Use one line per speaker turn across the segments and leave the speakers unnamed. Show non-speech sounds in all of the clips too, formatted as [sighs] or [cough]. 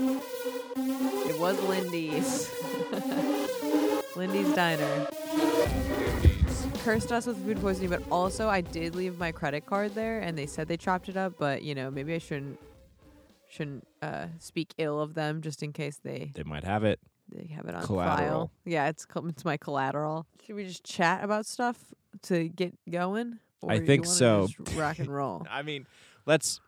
It was Lindy's. [laughs] Lindy's Diner. Cursed us with food poisoning, but also I did leave my credit card there, and they said they chopped it up. But you know, maybe I shouldn't shouldn't uh, speak ill of them just in case they
They might have it.
they have it on
Collateral.
file. Yeah, it's col- it's my collateral. Should we just chat about stuff to get going?
I
Or do you
think
wanna
so.
just rock and
[laughs]
roll.
I mean, let's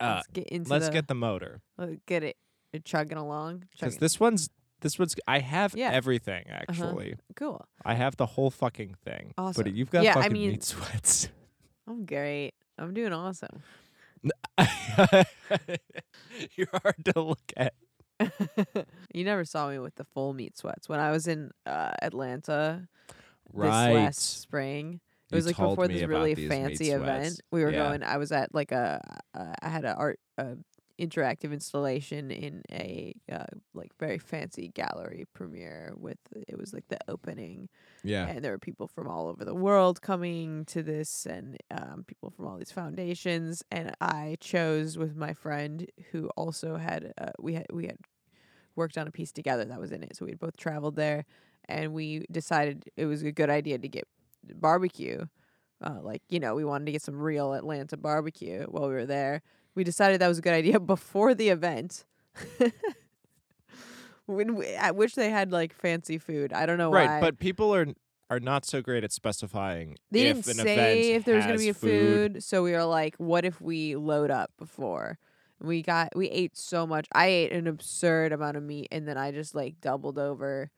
uh,
let's get into
let's
the,
get the motor
let's get it You're chugging along.
because
Chugging.
this one's this one's I have
Yeah. Uh-huh.
everything actually.
cool.
I have the whole fucking thing.
Awesome.
But you've got
Yeah, I
fucking
mean-
meat sweats. [laughs]
I'm great. I'm doing awesome.
You're hard to look at.
you never saw me with the full meat sweats when I was in uh, Atlanta
Right.
this last spring. It
You
was like
told
before
me
this
about
really
these meat
fancy event.
sweats.
We were
Yeah.
going. I was at like a. Uh, I had a art uh, interactive installation in a uh, like very fancy gallery premiere with. It was like the opening
Yeah.
and there were people from all over the world coming to this and um, people from all these foundations and i chose with my friend who also had uh, we had we had worked on a piece together that was in it so we had both traveled there and we decided it was a good idea to get barbecue uh, like you know we wanted to get some real atlanta barbecue while we were there we decided that was a good idea [laughs] before the event [laughs] when we, at which they had like fancy food Oh, i don't know
right,
why
but people are are not so great at specifying
they
if
didn't
an event
say if there was going
has
to be a
food.
food. so we were like what if we load up before we got we ate so much i ate an absurd amount of meat and then i just like doubled over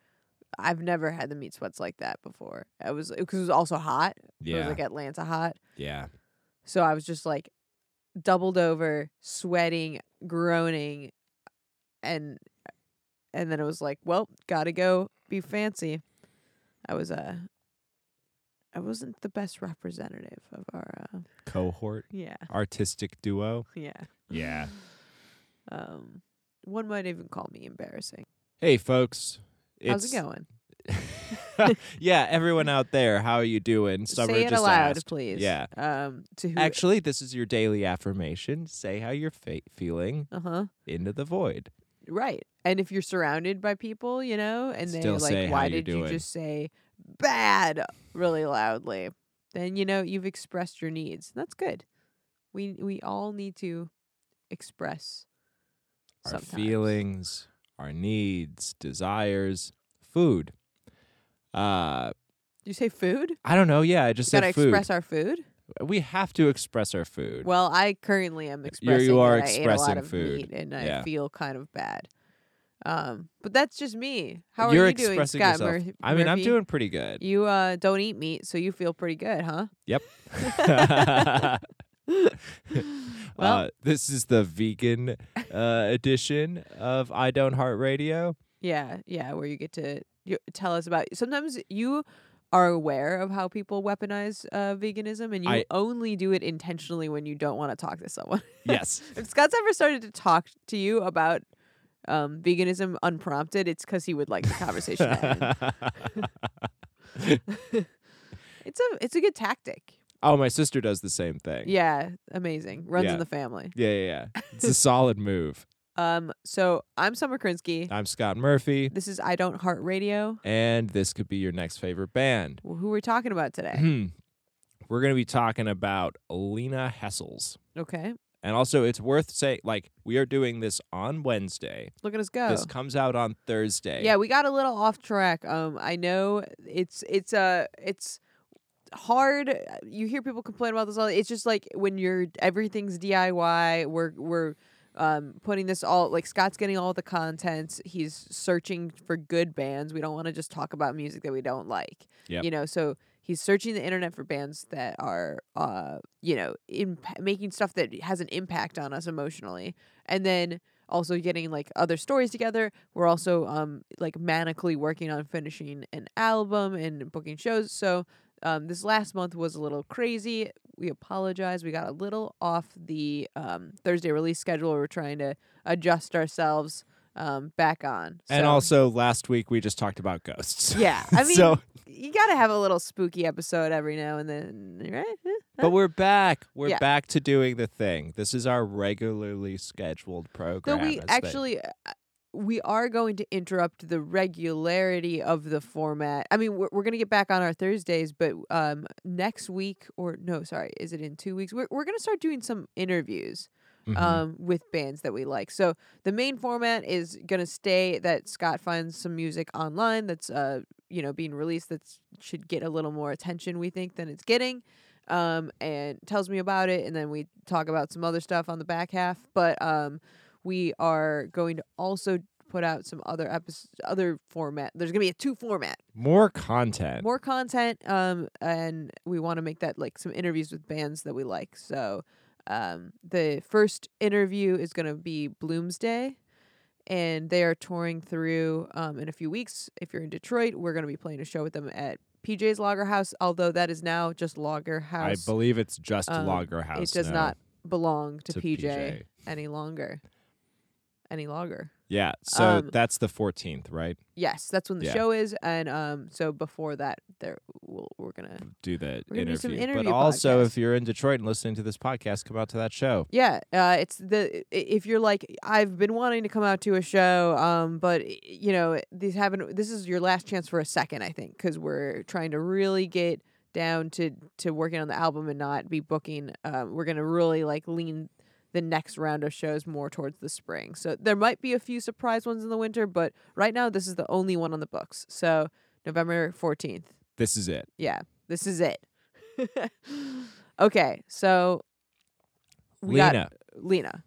i've never had the meat sweats like that before i was because it was also hot it was
Yeah.
like atlanta hot
yeah.
so i was just like doubled over sweating groaning and and then it was like well gotta go be fancy i was uh i wasn't the best representative of our uh,
Cohort.
yeah
Artistic
[sighs]
duo.
yeah
Yeah.
um one might even call me embarrassing
Hey folks. It's,
how's it going
going? [laughs] yeah, everyone out there, how are you doing? Summer
say it
just
aloud
asked.
please
Yeah.
um to who
Actually, this is your daily affirmation. Say how you're fa- feeling
uh-huh
into the void.
Right. And if you're surrounded by people, you know, and they're
Still say
like,
how
why
you
did you
doing."
just say bad really loudly? Then, you know, you've expressed your needs. That's good. We we all need to express
Our
sometimes.
feelings, our needs, desires, food. Uh,
You say food?
I don't know. Yeah, I just
We
said
gotta
food.
express our food.
we have to express our food.
Well, I currently am
You're-
expressing.
you are
that I ate a lot
expressing
of
food.
meat and I
Yeah.
feel kind of bad. Um, but that's just me. How are
You're
you doing,
expressing
Scott?
yourself.
Mur-
I mean, I'm
Murphy?
doing pretty good. [laughs]
You uh, don't eat meat, so you feel pretty good, huh?
Yep.
[laughs] Well-
uh, this is the vegan uh, edition of I Don't Heart Radio.
Yeah, yeah, where you get to you, tell us about. Sometimes you are aware of how people weaponize uh, veganism, and you
I-
only do it intentionally when you don't want to talk to someone. [laughs]
Yes.
if Scott's ever started to talk to you about um, veganism unprompted, it's because he would like the conversation. to end.
[laughs]
It's a it's a good tactic.
[laughs] oh, my sister does the same thing.
Yeah, amazing. Runs
Yeah.
in the family.
Yeah, yeah, yeah. It's
[laughs]
a solid move.
Um, so I'm Summer Krinsky.
I'm Scott Murphy,
This is I Don't Heart Radio.
and this could be your next favorite band. Hmm.
Who we're talking about today?
We're going to be talking about Lena Hessels.
okay,
And also, it's worth saying, like, we are doing this on Wednesday.
look at us go.
This comes out on Thursday.
Oh. Yeah, we got a little off track. Um, I know it's it's uh, it's hard. uh, You hear people complain about this all. It's just like when you're everything's DIY. We're we're um, putting this all like Scott's getting all the content. He's searching for good bands. We don't want to just talk about music that we don't like.
Yep.
You know, so he's searching the internet for bands that are uh, you know, imp- making stuff that has an impact on us emotionally, and then also getting like other stories together. We're also um like manically working on finishing an album and booking shows. So um, this last month was a little crazy. We apologize. We got a little off the um, Thursday release schedule. We're trying to adjust ourselves um, back on.
And
So-
also, last week we just talked about ghosts.
yeah, I mean,
[laughs] so,
you got to have a little spooky episode every now and then, right? Huh?
but we're back. We're
Yeah.
back to doing the thing. This is our regularly scheduled
Though
program.
we
as they-
actually uh, we are going to interrupt the regularity of the format. I mean, we're, we're going to get back on our Thursdays, but um, next week or no, sorry, is it in two weeks? We're we're going to start doing some interviews
Mhm.
um, with bands that we like. So the main format is going to stay that Scott finds some music online that's uh you know being released that should get a little more attention we think than it's getting. Um, and tells me about it, and then we talk about some other stuff on the back half. But um, we are going to also put out some other episodes, other format. There's gonna be a two format,
more content.
more content, um, and we want to make that like some interviews with bands that we like. So, um, the first interview is gonna be Bloomsday, and they are touring through um, in a few weeks. If you're in Detroit, we're gonna be playing a show with them at PJ's Lager House, although that is now just Lager
I
House.
believe it's just
Um,
Lager House.
it does
now.
not belong to,
To
PJ,
PJ.
any longer. Any longer.
Yeah. So
Um,
that's the 14th, right?
Yes, that's when the
Yeah.
show is, and um, so before that, there we'll, we're gonna
Do the
We're gonna do
interview.
some
But
interview
also,
podcast.
if you're in Detroit and listening to this podcast, come out to that show.
yeah, uh, it's the i- if you're like I've been wanting to come out to a show, um, but y- you know these haven't. This is your last chance for a second, I think, because we're trying to really get down to to working on the album and not be booking. Um, we're gonna really like lean the next round of shows more towards the spring. So there might be a few surprise ones in the winter, but right now this is the only one on the books. So November fourteenth.
This is it.
yeah, this is it. [laughs] okay, so we
Lena.
got Lena.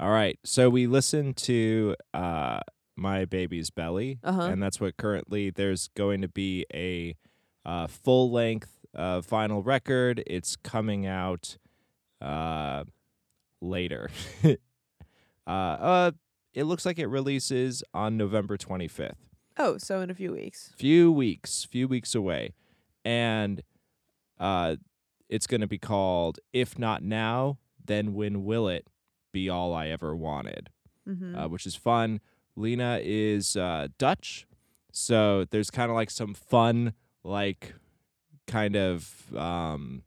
All right. So we listened to uh, My Baby's Belly,
Uh-huh.
and that's what currently there's going to be a uh, full length uh, vinyl record. It's coming out uh, later. [laughs] uh, uh, it looks like it releases on November 25th.
Oh, so in a few weeks.
Few weeks, few weeks away. And uh, it's going to be called If Not Now, Then When Will It Be All I Ever Wanted?
Mm-hmm.
uh, which is fun. Lena is uh, Dutch, so there's kind of like some fun, like kind of. Um,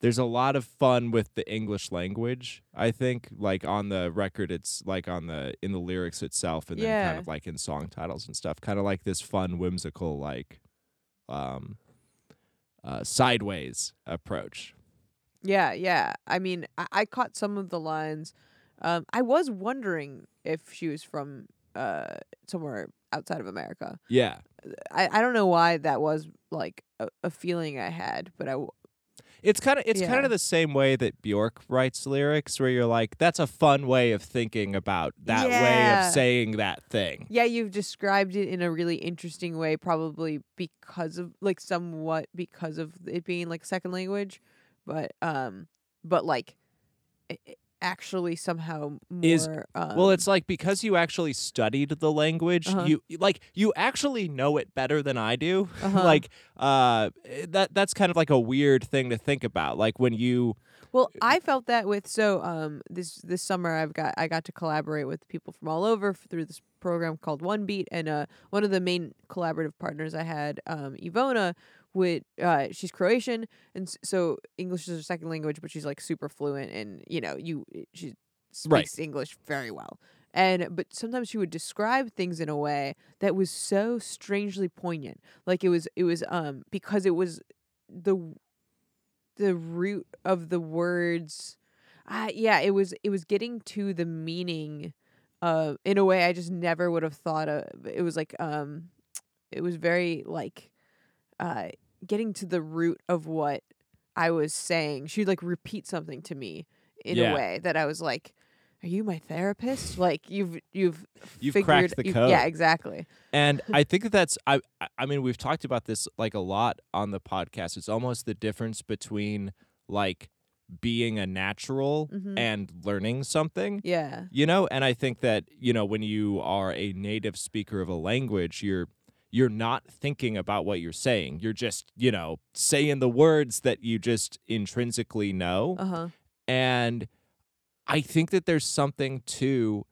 there's a lot of fun with the English language. I think, like on the record, it's like on the in the lyrics itself, and then kind
Yeah.
of like in song titles and stuff. Kind of like this fun, whimsical, like um, uh, sideways approach.
yeah, yeah. I mean, I-, I caught some of the lines. Um, I was wondering if she was from uh somewhere outside of America.
Yeah,
I I don't know why that was like a, a feeling I had, but I w-
It's kind of it's kind
Yeah.
of the same way that Bjork writes lyrics, where you're like, "That's a fun way of thinking about that way
Yeah.
of saying that thing."
yeah, you've described it in a really interesting way, probably because of like somewhat because of it being like second language, but um, but like i i- actually somehow more.
Is-
um,
well, it's like because you actually studied the language,
Uh-huh.
you like you actually know it better than I do. [laughs]
Uh-huh.
like uh, that that's kind of like a weird thing to think about. Like when you
Well, I felt that with so um this this summer I've got I got to collaborate with people from all over f- through this program called One Beat and uh one of the main collaborative partners I had um Ivona with uh she's Croatian and s- so English is her second language but she's like super fluent and you know you eh, she speaks
Right.
English very well. And but sometimes she would describe things in a way that was so strangely poignant. Like it was it was um because it was the the root of the words uh, yeah it was it was getting to the meaning uh in a way i just never would have thought of it was like um it was very like uh getting to the root of what i was saying she'd like repeat something to me in
Yeah.
a way that i was like are you my therapist like you've you've
You've
figured,
cracked the
you-
code.
yeah exactly
and I think that that's I I- I mean we've talked about this like a lot on the podcast. It's almost the difference between like being a natural
Mhm.
and learning something.
yeah
you know and i think that you know when you are a native speaker of a language you're you're not thinking about what you're saying you're just you know saying the words that you just intrinsically know
uh-huh
and i think that there's something to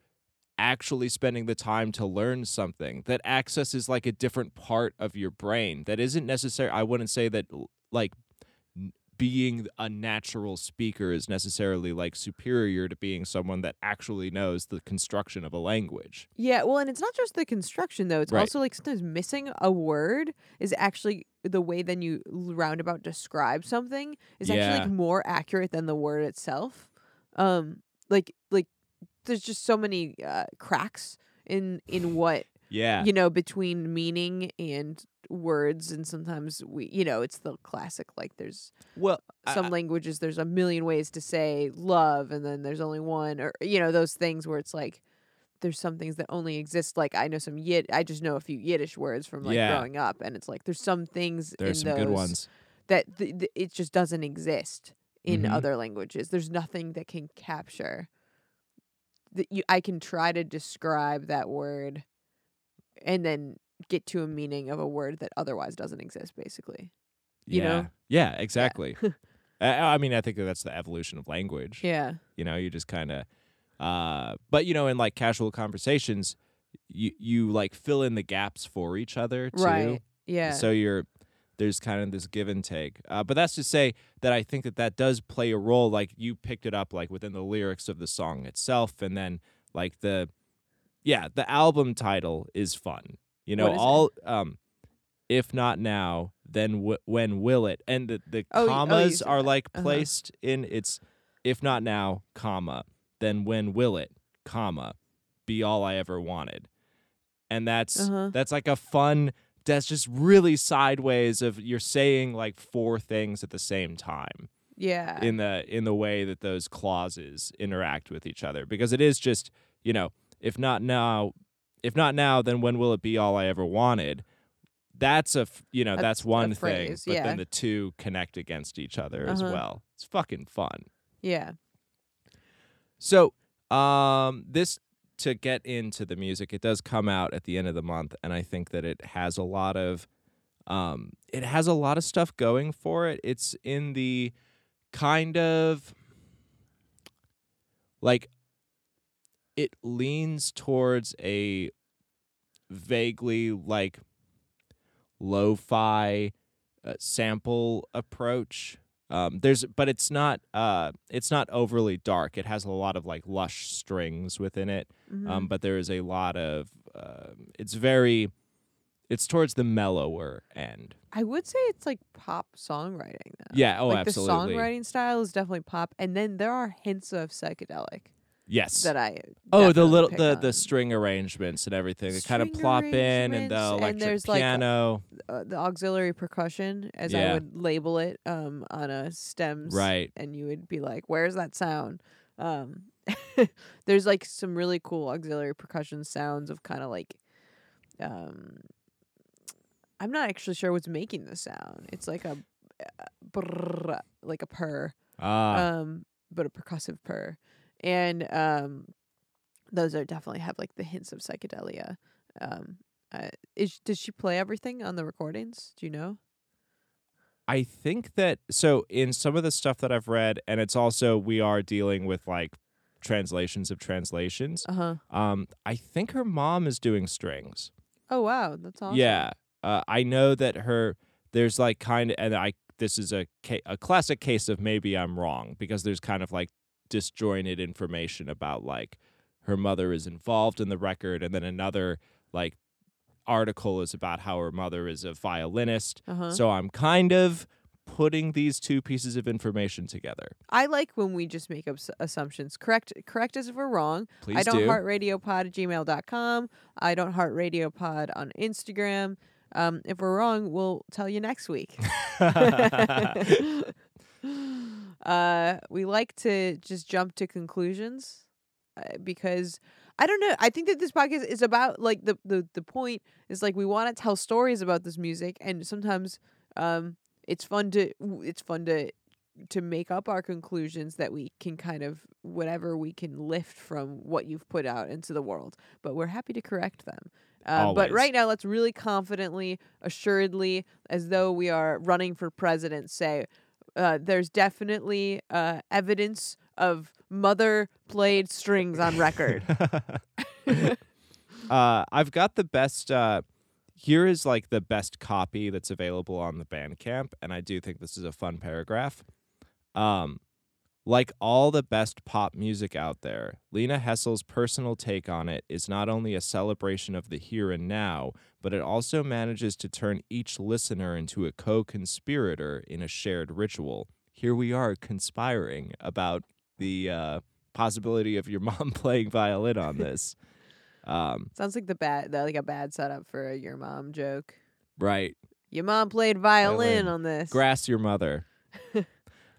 actually spending the time to learn something that accesses like a different part of your brain that isn't necessary i wouldn't say that l- like n- being a natural speaker is necessarily like superior to being someone that actually knows the construction of a language
Yeah, well, and it's not just the construction though. It's
Right.
also like sometimes missing a word is actually the way then you l- roundabout describe something is actually like
Yeah.
more accurate than the word itself. Um, like like there's just so many uh, cracks in in what
yeah
you know between meaning and words, and sometimes we you know it's the classic like there's
well I-
some languages there's a million ways to say love and then there's only one or you know those things where it's like there's some things that only exist like i know some yid i just know a few yiddish words from like
Yeah.
growing up and it's like there's some things
there
in
are some
those
good ones
that th- th- it just doesn't exist in
Mhm.
other languages there's nothing that can capture that you i can try to describe that word and then get to a meaning of a word that otherwise doesn't exist basically you
yeah
know?
yeah
[laughs]
exactly I, I mean i think that that's the evolution of language
yeah
you know you just kind of uh but you know in like casual conversations you you like fill in the gaps for each other too
right yeah
so you're there's kind of this give and take uh, but that's to say that i think that that does play a role like you picked it up like within the lyrics of the song itself and then like the yeah the album title is fun you know
What is it?
all um if not now then w- when will it and the, the
Oh, y- oh, you
commas
said
are
that.
like
Uh-huh.
placed in it's if not now comma then when will it comma be all i ever wanted and that's
Uh-huh.
that's like a fun that's just really sideways of you're saying like four things at the same time
yeah
in the in the way that those clauses interact with each other because it is just you know if not now if not now then when will it be all i ever wanted that's a f- you know
That's
that's,
a
one
phrase,
thing but
yeah.
then the two connect against each other as
Uh-huh.
well it's fucking fun
yeah
so, um, this to get into the music, it does come out at the end of the month, and I think that it has a lot of, um, it has a lot of stuff going for it. It's in the kind of like it leans towards a vaguely like lo-fi uh, sample approach. Um, there's, but it's not, uh, it's not overly dark. It has a lot of like lush strings within it.
Mhm.
Um, but there is a lot of, um it's very, it's towards the mellower end.
I would say it's like pop songwriting though.
Yeah. Oh,
Uh, like
absolutely.
the songwriting style is definitely pop, and then there are hints of psychedelic
yes.
that I
oh, the
definitely
little,
pick
the,
on.
the string arrangements and everything that kind of
String
plop in and the
arrangements, and
electric
there's, like, a-
piano.
uh, the auxiliary percussion, as I
Yeah.
would label it, um, on a stems,
right.
And you would be like, "Where's that sound?" Um, [laughs] there's like some really cool auxiliary percussion sounds of kind of like, um, I'm not actually sure what's making the sound. It's like a, uh, brrr, like a purr.
Ah,
um, but a percussive purr, and um, those are definitely have like the hints of psychedelia. Um, uh, is does she play everything on the recordings? Do you know?
I think that so in some of the stuff that I've read, and it's also we are dealing with like translations of translations.
Uh huh.
Um, I think her mom is doing strings.
Oh wow, that's awesome.
Yeah, uh, I know that her there's like kind of, and I this is a ca- a classic case of maybe I'm wrong because there's kind of like disjointed information about like her mother is involved in the record, and then another like article is about how her mother is a violinist.
Uh huh.
So I'm kind of putting these two pieces of information together.
I like when we just make up s- assumptions. Correct, correct us if we're wrong.
Please
I don't
do.
heart radiopod at gmail.com. I don't heart radiopod on Instagram. Um, if we're wrong, we'll tell you next week. [laughs]
[laughs]
uh, we like to just jump to conclusions uh, because I don't know. I think that this podcast is about like the the the point is like we want to tell stories about this music, and sometimes um, it's fun to it's fun to to make up our conclusions that we can kind of whatever we can lift from what you've put out into the world but we're happy to correct them uh, but
Always.
right now let's really confidently assuredly as though we are running for president say uh, there's definitely
[laughs]
uh, evidence of mother played strings on record
uh, I've got the best. Uh, here is like the best copy that's available on the Bandcamp, and I do think this is a fun paragraph. Um, like all the best pop music out there, Lena Hessel's personal take on it is not only a celebration of the here and now, but it also manages to turn each listener into a co conspirator in a shared ritual. Here we are conspiring about the uh, possibility of your [laughs] mom playing violin on this. Um,
Sounds like the bad, the, like a bad setup for a your mom joke.
right.
Your mom played violin,
Violin.
on this.
Grass
[laughs]
your mother. uh,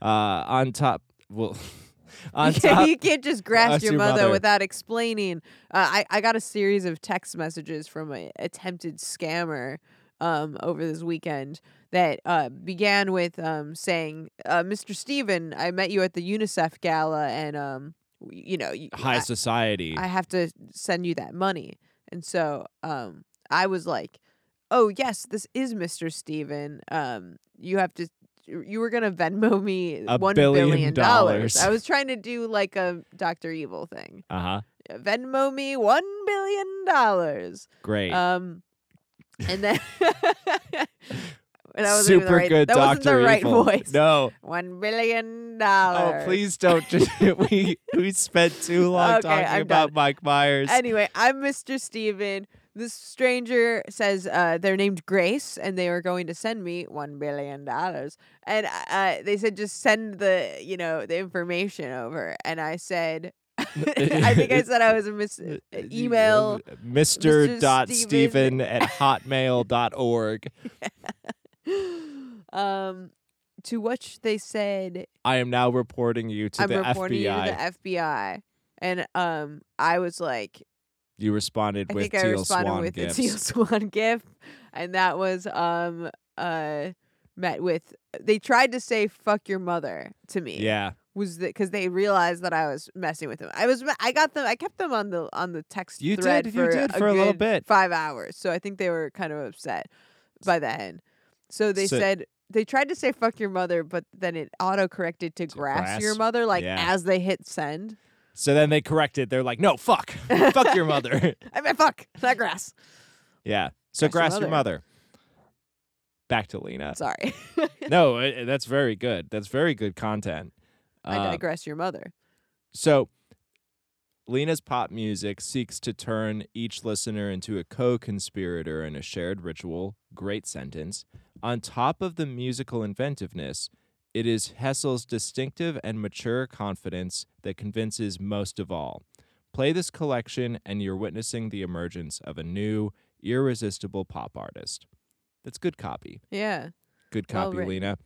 on top, well, [laughs]
[laughs]
on top.
you can't just grasp
Grasp
your
your
mother,
mother.
without explaining. Uh, I I got a series of text messages from a attempted scammer um over this weekend that uh began with um saying, uh, "Mr. Steven, I met you at the UNICEF gala, and um, w- you know, you,
High society.
I have to send you that money. And so um, I was like, oh, yes, this is Mr. Steven. Um, you have to, you were going to Venmo me
A
$1
billion dollars.
I was trying to do like a Dr. Evil thing.
Uh huh.
Venmo me $1 billion.
Great.
Um, and
[laughs]
then. [laughs] And that wasn't even
Super
the right,
good
that
Dr.
wasn't the right
Evil.
voice.
No.
One billion dollars.
Oh, please don't. Just, [laughs] we we spent too long
Okay,
talking
I'm
about
done.
Mike [laughs] Myers.
Anyway, I'm Mr. Steven. This stranger says uh, they're named Grace and they are going to send me $1 billion. And uh, they said, just send the, you know, the information over. And I said, [laughs] I think I said I was a
[laughs]
mis-
Uh,
email.
Mr.
Mr.
Dot
Steven.
Steven at hotmail.org.
[gasps] Um, to which they said,
I am now reporting you to
I'm
the
reporting
FBI.
you to the FBI. And um, I was like,
You responded
I
with
think I
teal
responded
swan
with
gifts.
the [laughs] teal swan gift, and that was um uh met with. They tried to say "fuck your mother" to me.
yeah,
was because they realized that I was messing with them. I was I got them. I kept them on the on the text
You
thread
did, you
for
did
a,
for a little
good
bit.
five hours. So I think they were kind of upset by the end. So they
So-
said. They tried to say "fuck your mother," but then it auto corrected to, grass, your
grasp,
mother, like
yeah.
as they hit send.
so then they corrected. They're like,
[laughs]
"No, fuck, fuck your mother." [laughs]
I mean, fuck, not grass.
yeah, so
Grass
grass
your
your mother. Back to Lena.
Sorry, [laughs]
No, uh, uh, that's very good. That's very good content.
I
Um,
digress. Your mother.
So, Lena's pop music seeks to turn each listener into a co conspirator in a shared ritual. Great sentence. On top of the musical inventiveness, it is Hessel's distinctive and mature confidence that convinces most of all. Play this collection, and you're witnessing the emergence of a new, irresistible pop artist. That's good copy.
Yeah.
Good
Well
copy,
written.
Lena.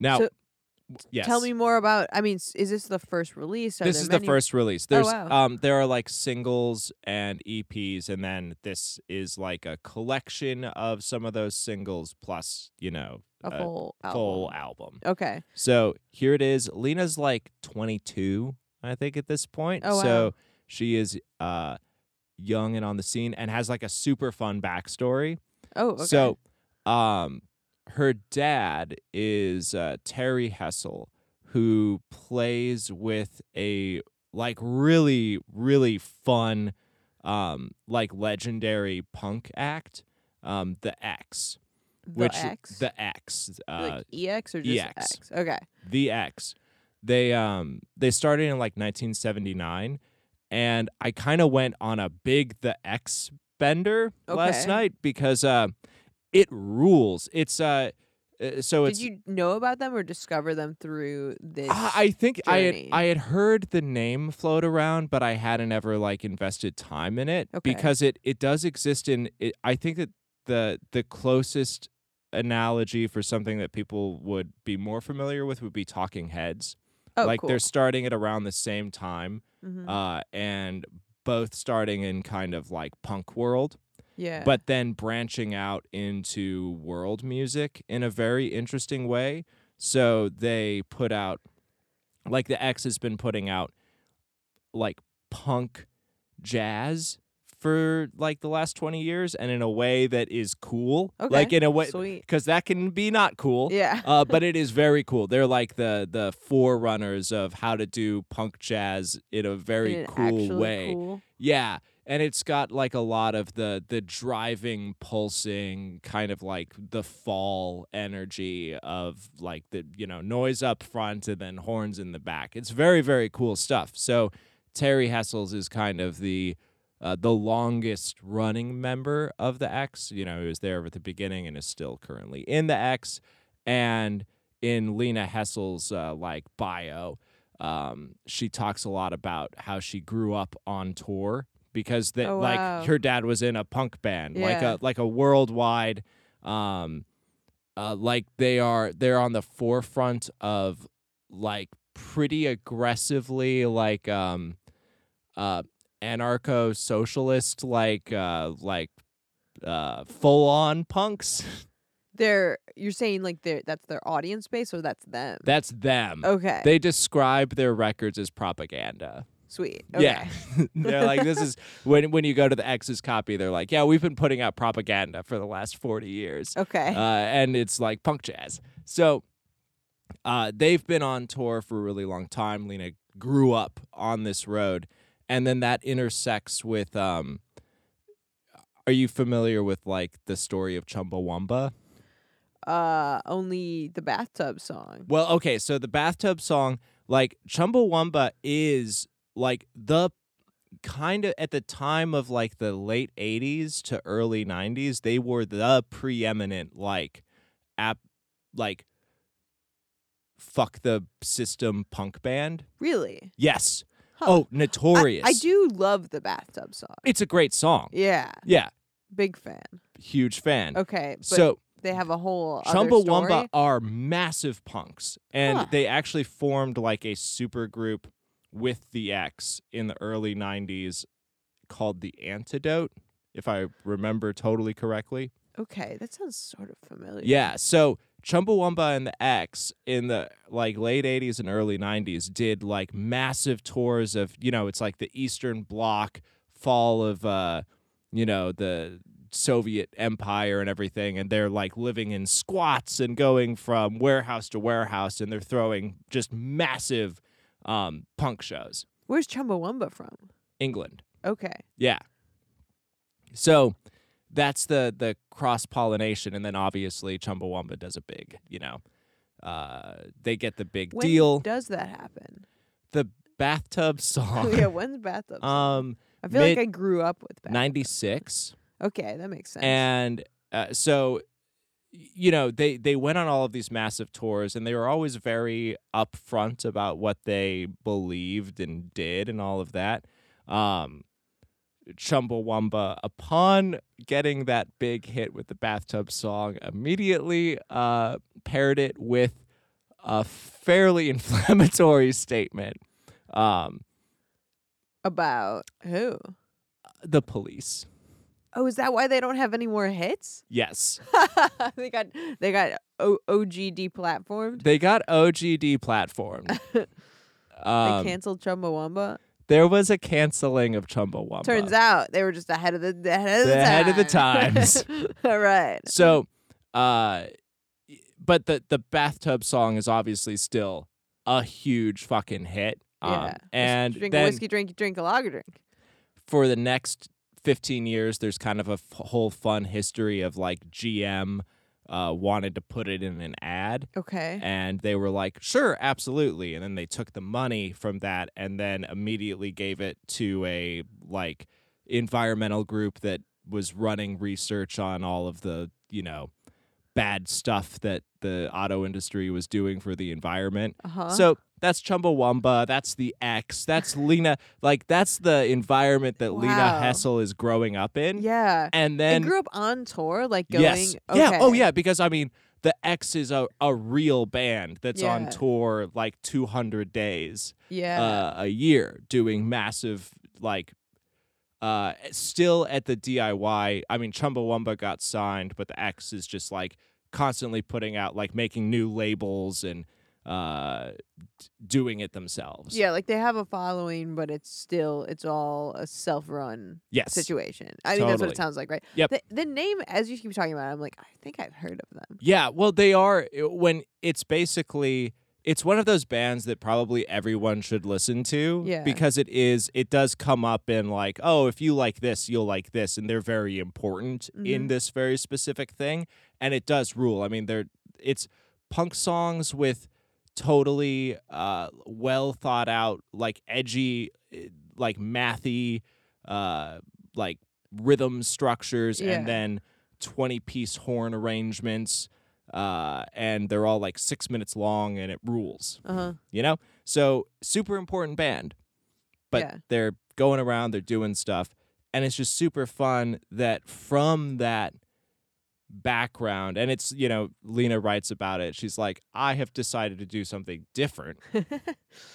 Now,
So,
yes.
Tell me more about. I mean, s- is this the first release? Are
this
there
is
many- Oh,
the first release. There's
wow.
um there are like singles and EPs and then this is like a collection of some of those singles plus, you know,
a
uh,
full album.
full album.
Okay.
So, here it is. Lena's like 22, I think at this point.
Oh,
So,
wow.
she is uh young and on the scene and has like a super fun backstory.
Oh. Okay.
So, um, her dad is uh, Terry Hessel, who plays with a like really really fun, um, like legendary punk act, um, the X,
the
which
X?
the X, uh,
like EX or just
EX.
X? Okay.
the X. They um they started in like 1979, and I kind of went on a big the X bender last
Okay.
night because uh, it rules. It's uh, uh, so
Did
it's.
you know about them or discover them through this?
I I think I had
journey?
I had heard the name float around, but I hadn't ever like invested time in it
Okay.
because it it does exist in. It, I think that the the closest analogy for something that people would be more familiar with would be Talking Heads
oh,
like
cool.
they're starting at around the same time
Mhm.
uh, and both starting in kind of like punk world
yeah.
but then branching out into world music in a very interesting way so they put out like the x has been putting out like punk jazz for like the last 20 years and in a way that is cool.
Okay.
Like in a way
Sweet.
cuz that can be not
[laughs]
cool.
Yeah.
uh, but it is very cool. They're like the the forerunners of how to do punk jazz in a [laughs] very
In an
cool
actually
way.
cool-
Yeah, and it's got like a lot of the the driving, pulsing kind of like the fall energy of like the you know noise up front and then horns in the back. It's very very cool stuff. So Terry Hessels is kind of the uh, the longest running member of the X. You know, he was there at the beginning and is still currently in the X. And in Lena Hessel's uh, like bio, um, she talks a lot about how she grew up on tour because that
Oh,
like
wow.
her dad was in a punk band, like
Yeah.
a like a worldwide um uh like they are they're on the forefront of like pretty aggressively like um uh anarcho socialist like uh like uh full on punks.
They're you're saying like they're that's their audience base or that's them.
That's them.
okay.
They describe their records as propaganda.
Sweet. Okay.
Yeah. [laughs] they're like, this is when when you go to the X's copy, they're like, yeah, we've been putting out propaganda for the last 40 years.
Okay.
Uh, and it's like punk jazz. So uh, they've been on tour for a really long time. Lena grew up on this road. And then that intersects with um, are you familiar with like the story of Chumbawamba?
uh only the bathtub song.
Well, okay, so the bathtub song, like Chumbawamba is like the kind of at the time of like the late 80s to early 90s, they were the preeminent like app like fuck the system punk band.
Really?
Yes.
Huh.
Oh,
I-
Notorious.
I, do love the bathtub song.
It's a great song.
Yeah.
Yeah,
Big fan.
huge fan.
Okay. But
so
they have a whole other
Chumbawamba
story?
are massive punks, and
Huh.
they actually formed like a super group with the X in the early '90s called the Antidote, if I remember totally correctly.
Okay, that sounds sort of familiar.
Yeah, so Chumbawamba and the X in the like late '80s and early '90s did like massive tours of you know it's like the Eastern Bloc, fall of uh, you know the Soviet Empire and everything, and they're like living in squats and going from warehouse to warehouse, and they're throwing just massive um, punk shows.
Where's Chumbawamba from?
England.
Okay.
Yeah. So that's the the cross pollination, and then obviously Chumbawamba does a big, you know, uh, they get the big
When
deal.
does that
[laughs]
happen?
the bathtub
[laughs]
song,
yeah, when's bathtub song?
um,
I feel
Uh, mid-
like I grew up with bathtub.
ninety six.
Okay, that makes sense.
And uh, so, y- you know, they they went on all of these massive tours, and they were always very upfront about what they believed and did, and all of that. Um, Chumbawamba, upon getting that big hit with the bathtub song, immediately uh, paired it with a fairly [laughs] inflammatory statement. Um,
About who?
the police,
Oh, is that why they don't have any more hits? [laughs]
yes.
they got they got o- OGD platformed.
They got OGD platformed. Um,
they canceled Chumbawamba.
there was a canceling of Chumbawamba.
Turns out they were just ahead of the, the ahead of the,
The ahead of the
time. [laughs]
times.
All right.
So, uh, but the the bathtub song is obviously still a huge fucking hit. Um,
yeah. Just
and
drink a
then
whiskey, drink drink a lager drink.
for the next 15 years, there's kind of a f- whole fun history of like GM uh, wanted to put it in an ad.
Okay.
And they were like, sure, absolutely. And then they took the money from that and then immediately gave it to a like environmental group that was running research on all of the, you know, bad stuff that the auto industry was doing for the environment.
Uh huh.
So that's Chumbawamba. That's the X. That's Lena. Like, that's the environment that Lena
Wow.
Hessel is growing up in.
yeah.
And
I
then
grew up on tour, like going.
Yes.
Okay.
Yeah. Oh, yeah. Because I mean, the X is a, a real band that's on
Yeah.
tour like 200 days
Yeah.
uh, a year, doing massive like. Uh, still at the DIY. I mean, Chumbawamba got signed, but the X is just like constantly putting out, like making new labels and uh, d- doing it themselves.
Yeah, like they have a following, but it's still it's all a self run
Yes.
situation. I think that's what
Totally.
it sounds like, right?
Yep.
The, the name, as you keep talking about, it, I'm like, I think I've heard of them.
Yeah, well, they are when it's basically it's one of those bands that probably everyone should listen to
Yeah.
because it is it does come up in like oh if you like this you'll like this and they're very important in this very specific thing and it does rule. I mean they're it's punk songs with totally uh, well thought out like edgy eh, like mathy uh, like rhythm structures
Yeah.
and then 20 piece horn arrangements uh, and they're all like six minutes long and it rules
Uh huh.
you know so super important band but
Yeah.
they're going around they're doing stuff and it's just super fun that from that background and it's you know lena writes about it she's like i have decided to do something
[laughs]
different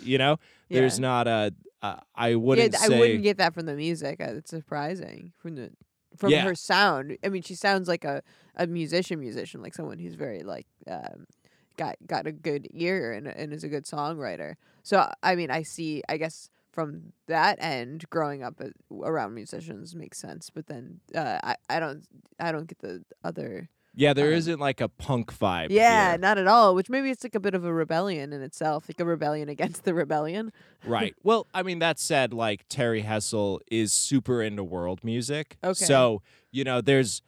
you know there's not a uh, i wouldn't
yeah,
say
I wouldn't get that from the music. Uh, It's surprising from the from
Yeah.
her sound. I mean, she sounds like a a musician, musician, like someone who's very like um, got got a good ear and and is a good songwriter. So I mean, I see. I guess from that end, growing up a- around musicians makes sense. But then uh, I I don't I don't get the other.
yeah there
um,
not like a punk vibe
Yeah, [laughs]
here.
not at all. Which maybe it's like a bit of a rebellion in itself, like a rebellion against the rebellion.
Right. Well, I mean, that said, like Terry Hessel is super into world music.
Okay.
So, you know, there's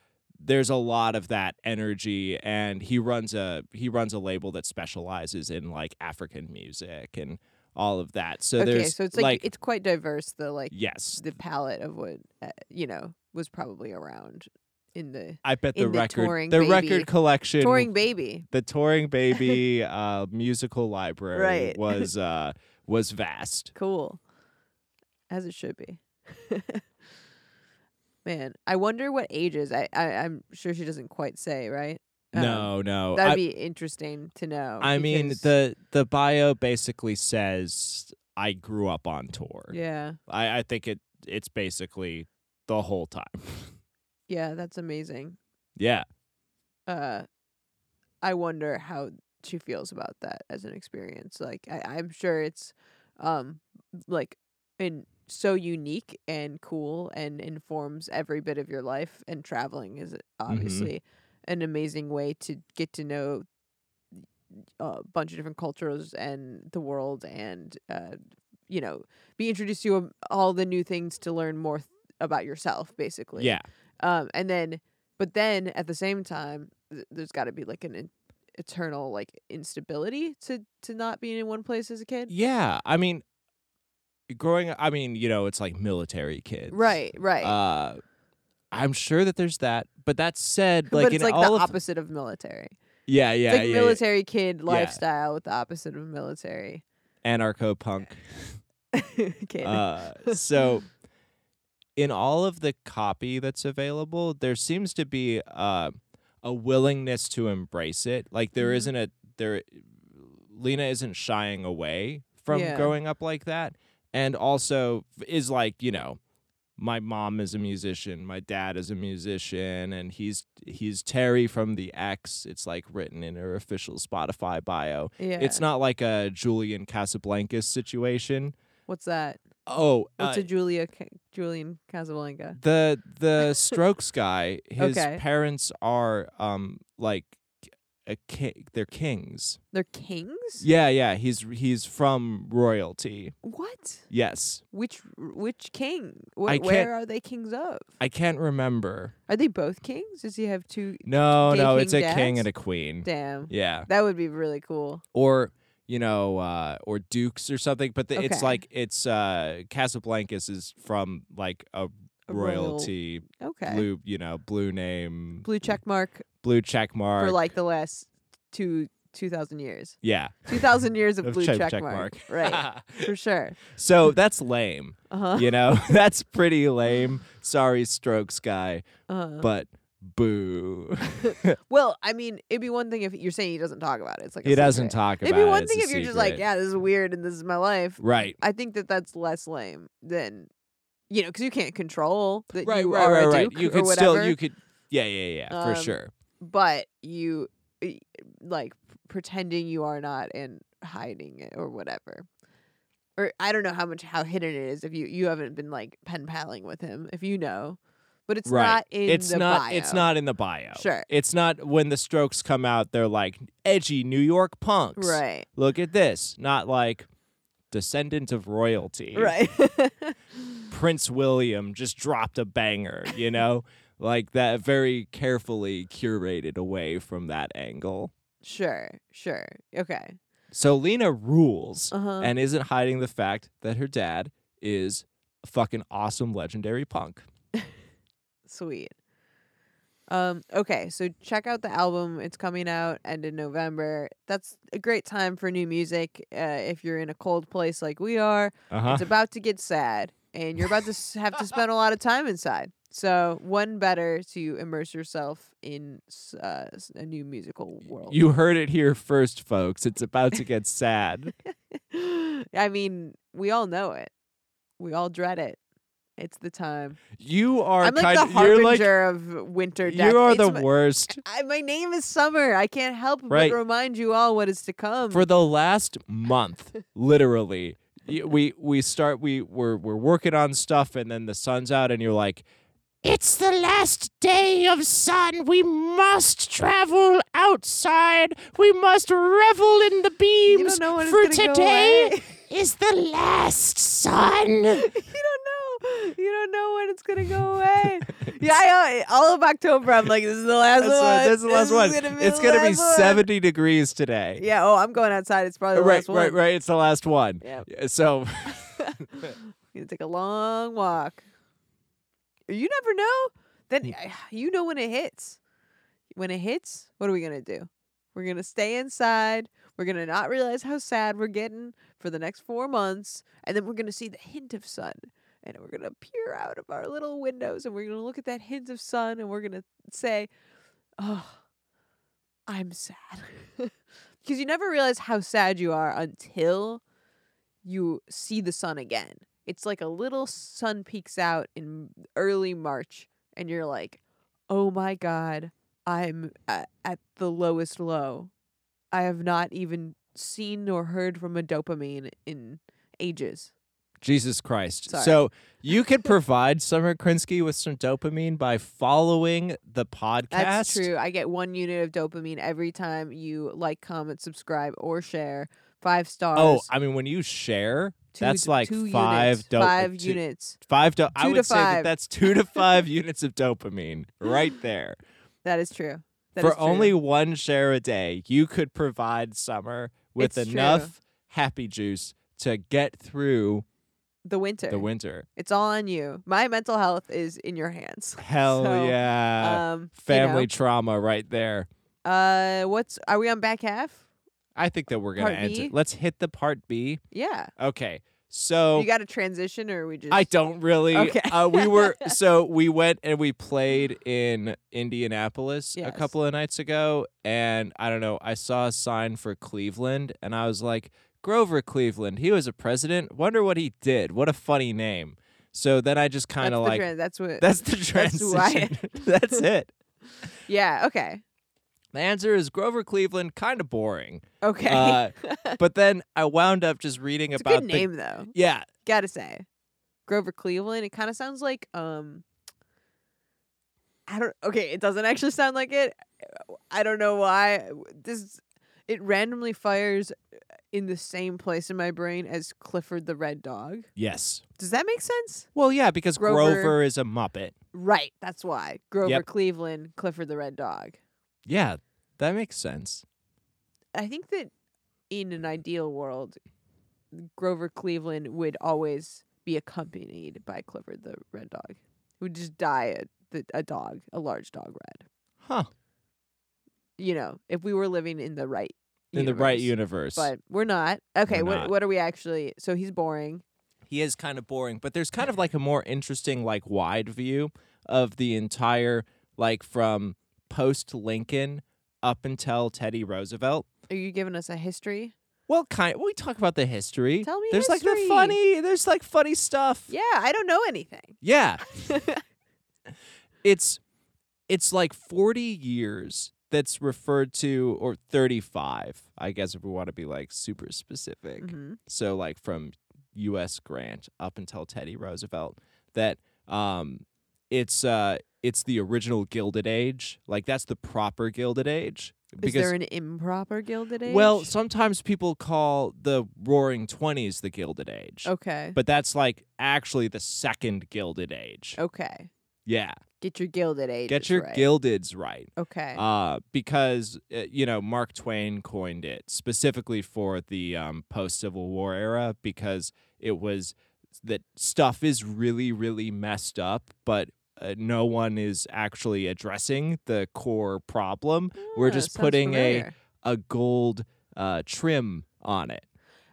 there's a lot of that energy and he runs a he runs a label that specializes in like African music and all of that. So
okay,
there's
so it's like, it's quite diverse. The like
yes.
the palette of what uh, you know was probably around in the
I bet the
in the
record
touring
the
baby-
record collection
touring baby.
the touring baby uh musical library
Right.
was uh was vast.
Cool, as it should be. [laughs] Man, I wonder what ages. I, I I'm sure she doesn't quite say, right? Um,
no, no.
that'd
Oh, I-
be interesting to know.
I mean
because-
the the bio basically says I grew up on tour.
yeah,
I, I think it it's basically the whole time. [laughs]
yeah, that's amazing.
yeah.
Uh, I wonder how she feels about that as an experience. Like I, I'm sure it's, um, like and so unique and cool and informs every bit of your life. And traveling is obviously an amazing way to get to know a bunch of different cultures and the world and uh, you know be introduced to um, all the new things to learn more th- about yourself basically
Yeah.
um, and then, but then at the same time, th- there's got to be like an in- eternal like instability to to not being in one place as a kid.
Yeah. I mean growing I mean, you know, it's like military kids.
Right, right.
Uh I'm sure that there's that. But that said, like
but
in
it's like
all
the
of
opposite of military.
Yeah, yeah,
It's like
yeah, yeah.
military kid lifestyle with the opposite of military [laughs]
Anarcho punk.
kid.
Uh,
[laughs]
so in all of the copy that's available there seems to be uh, a willingness to embrace it like there
Mhm.
not a there lena isn't shying away from
Yeah.
growing up like that and also is like you know my mom is a musician my dad is a musician and he's he's terry from the x it's like written in her official spotify bio
yeah.
it's not like a julian casablancas situation
What's that?
oh uh,
What's a Julia Ca- Julian Casablanca?
the the Strokes guy, his
Okay.
parents are um like a ki- they're kings.
They're kings.
Yeah, yeah, he's he's from royalty.
What?
Yes.
Which which king? Wh-
I can't-
where are they kings of?
I can't remember.
Are they both kings? Does he have two?
No,
Gay
no,
king
it's a king
dads?
and a queen.
Damn.
Yeah.
That would be really cool.
Or you know, uh, or dukes or something, but the, it's
Okay.
like it's uh, Casablancas is from like a,
A royal-
royalty
Okay. Blue,
blue, you know, blue name,
check mark
blue check mark.
for like the last two two thousand years.
yeah,
Two thousand years of
Of
blue
check-
check,
check
mark. [laughs] right. For sure.
[laughs] so that's lame.
Uh huh.
you know [laughs] that's pretty lame sorry strokes guy
Uh-huh.
but boo
Well, I mean, it'd be one thing if you're saying he doesn't talk about it. It's like a
he doesn't
secret.
talk about
It'd be one
it. It's
thing
a
if you're just like,
secret.
yeah, this is weird and this is my life.
right
I think that that's less lame than, you know, because you can't control that
right
you
right
are
right
a
right
duke
you
or
could
whatever.
still you could yeah yeah yeah for
Um,
sure
but you eh, like pretending you are not and hiding it or whatever. Or I don't know how much how hidden it is if you you haven't been like pen paling with him if you know, but it's
Right.
not in
it's
the
not
bio.
it's not in the bio.
Sure.
It's not when the strokes come out they're like edgy New York punks.
right,
Look at this. Not like descendant of royalty.
right. [laughs]
Prince William just dropped a banger,
[laughs]
you know? like that very carefully curated away from that angle.
sure, sure, okay,
So Lena rules
Uh-huh.
and isn't hiding the fact that her dad is a fucking awesome legendary punk.
sweet. Um, okay, so check out the album. It's coming out end of November. That's a great time for new music. Uh, if you're in a cold place like we are,
Uh-huh.
it's about to get sad and you're about to s- have to spend a lot of time inside so one better to immerse yourself in s- uh, s- a new musical world
You heard it here first, folks. It's about to get sad.
[gasps] i mean we all know it we all dread it it's the time
You are
i'm like
kind
the
of you're like
harbinger of winter death
you are the
It's my,
worst.
I, my name is summer i can't help
Right.
but remind you all what is to come
For the last month, literally, y- we we start we we're we're working on stuff and then the sun's out and you're like it's the last day of sun. We must travel outside. We must revel in the beams.
don't know when it's
For
gonna go
today
away."
[laughs] is the last sun.
[laughs] you don't know. You don't know when it's gonna go away. yeah, I, know. all of October. I'm like, this is the last
That's
one.
right. That's the
This
last
is
one.
gonna be
it's
the
going to be
last one."
70 degrees today.
Yeah. Oh, I'm going outside. It's probably the
right,
last one.
right, right. It's the last one.
Yep.
Yeah, So
gonna take a long walk. You never know. Then uh, you know when it hits. When it hits, what are we gonna do? We're gonna stay inside. We're gonna not realize how sad we're getting for the next four months, and then we're gonna see the hint of sun, and we're gonna peer out of our little windows, and we're gonna look at that hint of sun, and we're gonna say, "Oh, I'm sad," [laughs] because you never realize how sad you are until you see the sun again. It's like a little sun peeks out in early March, and you're like, oh my God, I'm at, at the lowest low. I have not even seen nor heard from a dopamine in ages.
Jesus Christ.
Sorry.
So you could provide Summer Krinsky with some dopamine by following the podcast.
That's true. I get one unit of dopamine every time you like, comment, subscribe, or share. Five stars.
Oh, I mean, when you share,
two-
that's like
two
five
units,
do-
five
two-
units.
Five. Do- I
Two to
would say that
five.
that's
[laughs]
two to five units of dopamine right there.
That is true. [laughs] That
For
is true.
only one share a day, you could provide Summer with
It's true.
enough happy juice to get through
the winter.
the winter.
It's all on you. My mental health is in your hands.
Hell
So,
yeah.
um,
Uh, family trauma right there.
You know, uh, what's are we on back half?
I think that we're gonna
Part
enter.
B?
Let's hit the part B.
Yeah.
Okay, so
You got a transition, or we just
Oh. I don't really.
Okay.
uh,
[laughs]
we were so we went and we played in Indianapolis a
Yes.
couple of nights ago, and I don't know. I saw a sign for Cleveland, and I was like, Grover Cleveland. He was a president. Wonder what he did. What a funny name. So then I just
that's
kind
the
of like
tran- that's what.
that's the
that's who I am.
transition. [laughs]
[laughs]
that's it.
yeah. Okay.
The answer is Grover Cleveland. Kind of boring.
Okay.
Uh, but then I wound up just
[laughs]
reading
it's a
about
good
the
name though.
yeah
Gotta say, Grover Cleveland. It kind of sounds like um. I don't. Okay, it doesn't actually sound like it. I don't know why this. It randomly fires in the same place in my brain as Clifford the Red Dog.
yes
Does that make sense?
well yeah because Grover,
Grover.
is a Muppet
Right. That's why. Grover
Yep.
Cleveland, Clifford the Red Dog.
yeah that makes sense
I think that in an ideal world, Grover Cleveland would always be accompanied by Clifford the Red Dog. Would just die a, the, a dog, a large dog red.
huh
You know, if we were living in the right
in the right
universe.
universe
But we're not. Okay,
We're
what
not.
what are we actually so he's boring.
he is kind of boring but there's kind of like a more interesting like wide view of the entire like from post Lincoln up until Teddy Roosevelt
Are you giving us a history?
well kind we talk about the history
Tell me
there's like the
history.
funny there's like funny stuff
Yeah, I don't know anything. [laughs]
Yeah. it's it's like 40 years that's referred to, or 35, I guess, if we want to be like super specific.
hmm
So, like from U.S. Grant up until Teddy Roosevelt, that um, it's uh, it's the original Gilded Age. Like that's the proper Gilded Age.
Is there an improper Gilded Age?
well, sometimes people call the Roaring Twenties the Gilded Age,
okay,
but that's like actually the second Gilded Age.
okay,
Yeah,
get your Gilded Age.
get your
right.
Gildeds right.
Okay,
Uh, because uh, you know Mark Twain coined it specifically for the um, post Civil War era because it was that stuff is really really messed up, but uh, no one is actually addressing the core problem. we're
Ah,
just
sounds
putting a-
familiar.
A gold uh, trim on it.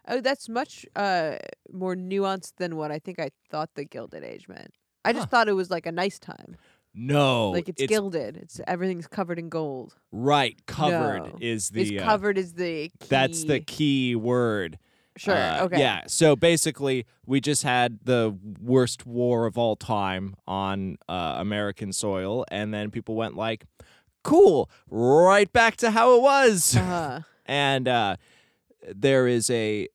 Oh, that's much uh more nuanced than what I think I thought the Gilded Age meant. I just
Huh. Oh,
thought it was like a nice time,
No,
like it's, gilded. It's everything's covered in gold.
right covered
No.
is the
is
uh,
covered is the key.
that's the key word.
sure.
Uh,
okay.
Yeah. So basically, we just had the worst war of all time on uh, American soil, and then people went like, "Cool, right back to how it was."
Uh-huh.
and uh, there is a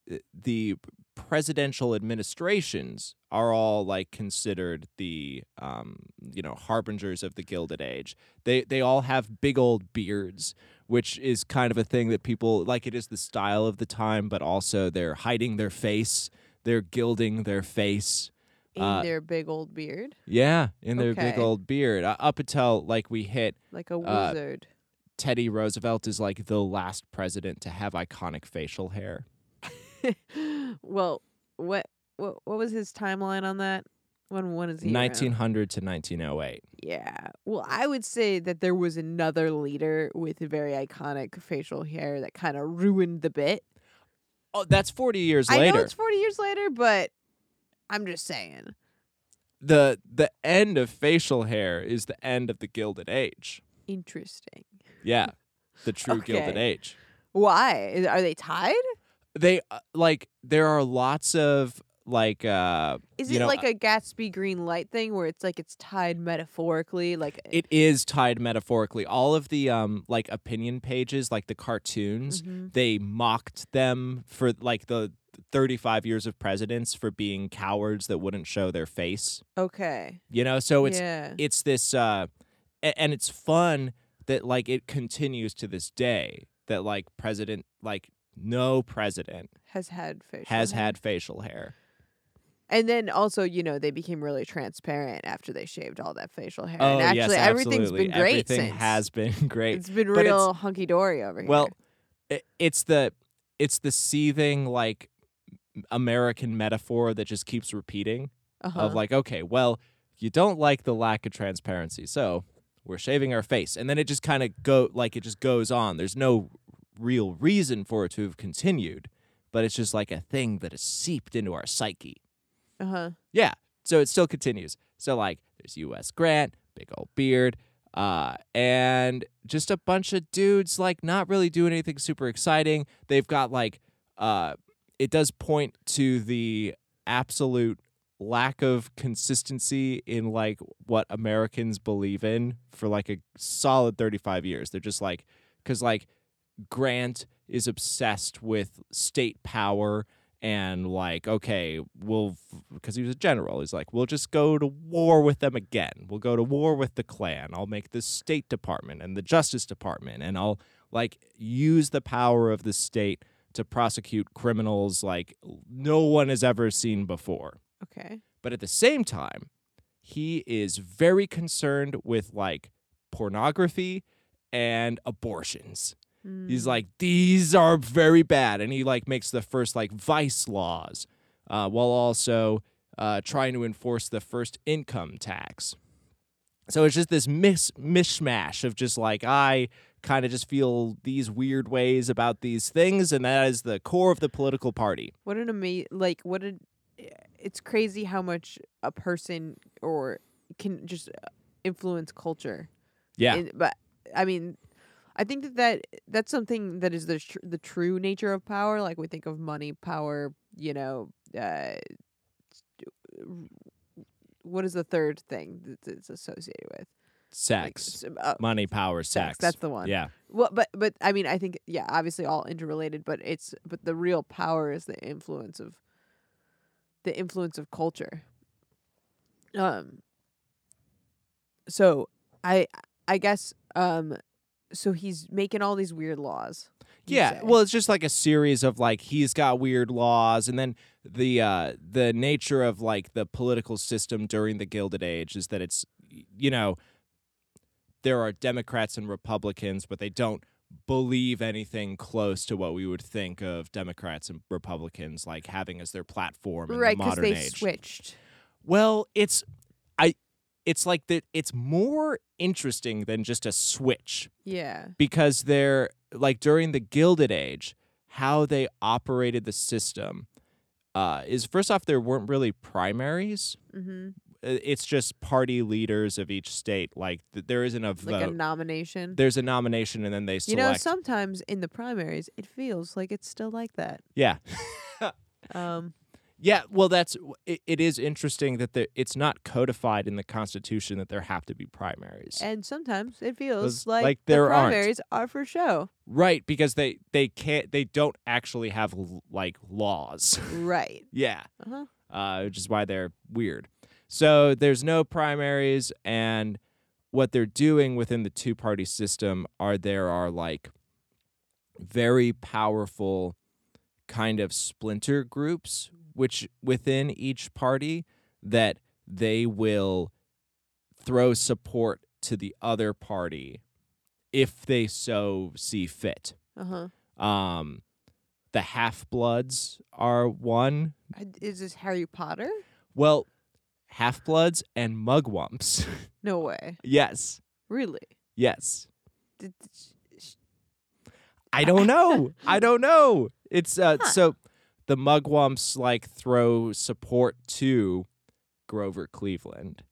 the presidential administrations are all like considered the um, you know harbingers of the Gilded Age. They they all have big old beards, which is kind of a thing that people like. It is the style of the time, but also they're hiding their face. They're gilding their face.
In
[laughs] Uh,
their big old beard,
Yeah, in their big
Okay.
old beard. Uh, up until like we hit
like a
uh,
wizard. [gasps]
Teddy Roosevelt is like the last president to have iconic facial hair.
well, what what what was his timeline on that? When when is he? around?
1900 to 1908.
Yeah. Well, I would say that there was another leader with very iconic facial hair that kind of ruined the bit.
Oh, that's 40 years
I know
later.
it's 40 years later, but I'm just saying.
The the end of facial hair is the end of the Gilded Age.
Interesting.
Yeah, the true Gilded
Okay.
Age.
Why? Is- Are they tied?
They uh, like there are lots of like uh
Is
You
it
know,
like a Gatsby green light thing where it's like it's tied metaphorically? Like, uh,
it is tied metaphorically. All of the um like opinion pages, like the cartoons,
Mhm.
they mocked them for like the 35 years of presidents for being cowards that wouldn't show their face.
okay.
You know, so it's
yeah.
it's this uh a- and it's fun that like it continues to this day that like president like no president
has had facial
has
hair.
had facial hair
And then also, you know, they became really transparent after they shaved all that facial hair.
oh
and
yes
actually, everything's
absolutely.
been great
everything
since.
has been [laughs] great
it's been
but it's-
real hunky dory over here.
well i it's the it's the seething like american metaphor that just keeps repeating
uh-huh.
of like okay well you don't like the lack of transparency so we're shaving our face and then it just kind of go like it just goes on there's no real reason for it to have continued but it's just like a thing that is seeped into our psyche
uh-huh.
yeah so it still continues so like there's us grant big old beard uh, and just a bunch of dudes like not really doing anything super exciting they've got like uh, it does point to the absolute lack of consistency in like what Americans believe in for like a solid 35 years. They're just like cuz like Grant is obsessed with state power and like okay, we'll cuz he was a general. He's like, "We'll just go to war with them again. We'll go to war with the Klan. I'll make the state department and the justice department and I'll like use the power of the state to prosecute criminals like no one has ever seen before."
Okay.
But at the same time, he is very concerned with like pornography and abortions. He's
Mm.
like, these are very bad. And he like makes the first like vice laws uh, while also uh, trying to enforce the first income tax. So it's just this mis- mishmash of just like, I kind of just feel these weird ways about these things. And that is the core of the political party.
What an amazing, like, what an, it's crazy how much a person or can just uh, influence culture.
Yeah.
In- but I mean, I think that, that that's something that is the tr- the true nature of power. Like we think of money, power, you know, uh, what is the third thing that it's associated with? Like,
sex,
s- uh,
money, power,
sex.
sex.
That's the one.
yeah.
Well, but but I mean, I think yeah, obviously all interrelated, but it's but the real power is the influence of the influence of culture. Um. So I I guess um, so he's making all these weird laws. you
Yeah,
say.
well, it's just like a series of like he's got weird laws, and then the uh, the nature of like the political system during the Gilded Age is that it's you know there are Democrats and Republicans, but they don't believe anything close to what we would think of Democrats and Republicans like having as their platform in
right
the
because
modern
they
age.
switched.
Well, it's I it's like that. It's more interesting than just a switch
Yeah.
because they're like during the Gilded Age, how they operated the system uh, is first off there weren't really primaries.
Mm-hmm.
Uh, It's just party leaders of each state. Like th- there isn't a vote.
Like a nomination.
There's a nomination, and then they
You
select.
know, sometimes in the primaries, it feels like it's still like that.
yeah,
Um,
yeah. Well, that's it, it is interesting that the, it's not codified in the Constitution that there have to be primaries.
and sometimes it feels
Those-
like,
like
the
there aren't.
primaries are for show.
right, because they they can't they don't actually have l- like laws. [laughs]
Right.
yeah.
Uh-huh.
uh, which is why they're weird. So there's no primaries, and what they're doing within the two party system are there are like very powerful kind of splinter groups, which within each party that they will throw support to the other party if they so see fit.
Uh-huh.
Um, the half bloods are one
I- Is this Harry Potter?
well, half bloods and mugwumps. [laughs]
No way.
yes.
Really?
Yes.
Did- did sh- sh-
I don't know. I don't know. It's uh
Huh.
so the mugwumps like throw support to Grover Cleveland,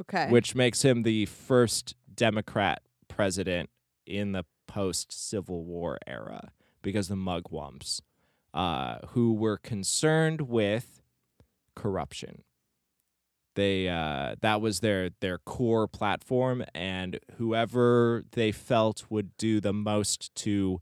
Okay.
which makes him the first Democrat president in the post Civil War era because the mugwumps uh who were concerned with corruption. they uh, that was their their core platform and whoever they felt would do the most to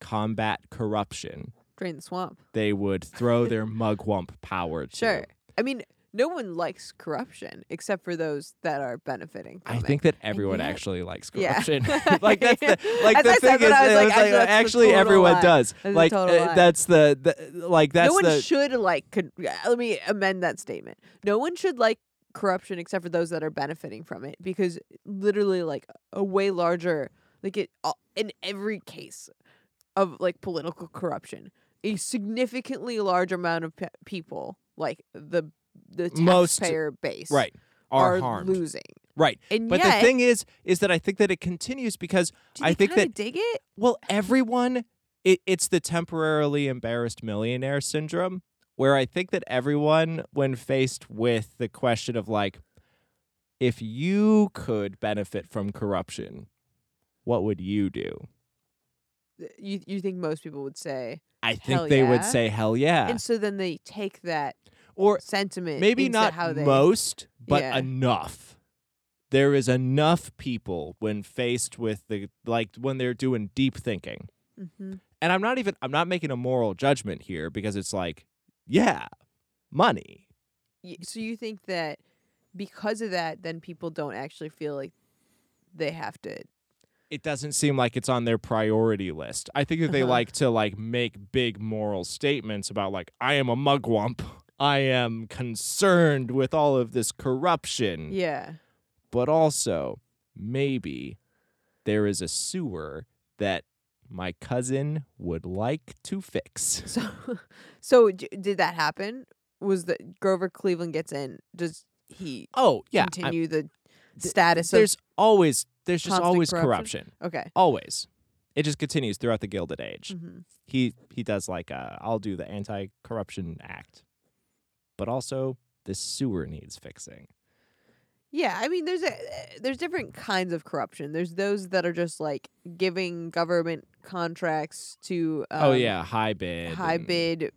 combat corruption
Drain the swamp.
they would
[laughs]
throw their mugwump power to
Sure. I mean, no one likes corruption except for those that are benefiting from
I
it.
think that everyone
yet-
actually likes
Yeah. [laughs]
corruption. [laughs] like that's the like
As
the
I
thing
said
is,
that, I was like,
it was
actually, that's the
actually
total
everyone
lie.
does.
That's a
like
total
uh,
lie.
that's the, the like that's
no one
the
should like. Con- yeah, let me amend that statement. No one should like corruption except for those that are benefiting from it, because literally, like a way larger, like it all- in every case of like political corruption, a significantly large amount of pe- people, like the the
Most-
taxpayer base,
right are,
are,
harmed.
losing.
right.
And
But
yet,
the thing is is that I think that it continues because
do
I
they
think
kinda
that-
dig it.
Well, everyone, it, it's the temporarily embarrassed millionaire syndrome, where I think that everyone, when faced with the question of like, if you could benefit from corruption, what would you do?
Uh, You you think most people would say,
I think
Hell
they would
yeah.
say, hell yeah.
and so then they take that
or
sentiment,
maybe
into
not
how they,
most, but
Yeah.
enough. There is enough people when faced with the, like, when they're doing deep thinking.
Mhm.
and I'm not even I'm not making a moral judgment here because it's like, yeah, money.
Y- So you think that because of that, then people don't actually feel like they have to.
It doesn't seem like it's on their priority list. I think that they
Uh-huh.
like to like make big moral statements about like I am a mugwump. I am concerned with all of this corruption,
Yeah. [laughs]
but also maybe there is a sewer that my cousin would like to fix.
So, so d- did that happen? Was the Grover Cleveland gets in? Does he
Oh, yeah. I-
continue the status
there's always there's just
Constant
always
corruption?
corruption.
of? Okay.
always it just continues throughout the gilded age
hmm
he he does like uh, i'll do the anti-corruption act but also this sewer needs fixing
Yeah, I mean, there's a, there's different kinds of corruption. There's those that are just like giving government contracts to um,
oh yeah high bid
high
and-
bid,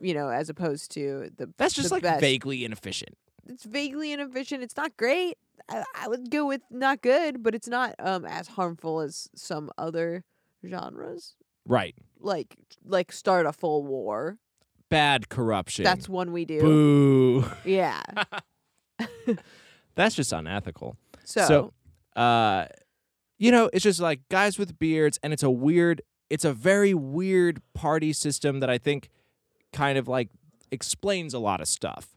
you know, as opposed to the
that's just
the
like
best.
vaguely inefficient
it's vaguely inefficient. It's not great. I, I would go with not good, but it's not um as harmful as some other genres.
Right.
Like like start a full war.
Bad corruption.
That's one we do.
Boo. [laughs]
Yeah.
That's just unethical.
So,
so uh you know, it's just like guys with beards and it's a weird it's a very weird party system that I think kind of like explains a lot of stuff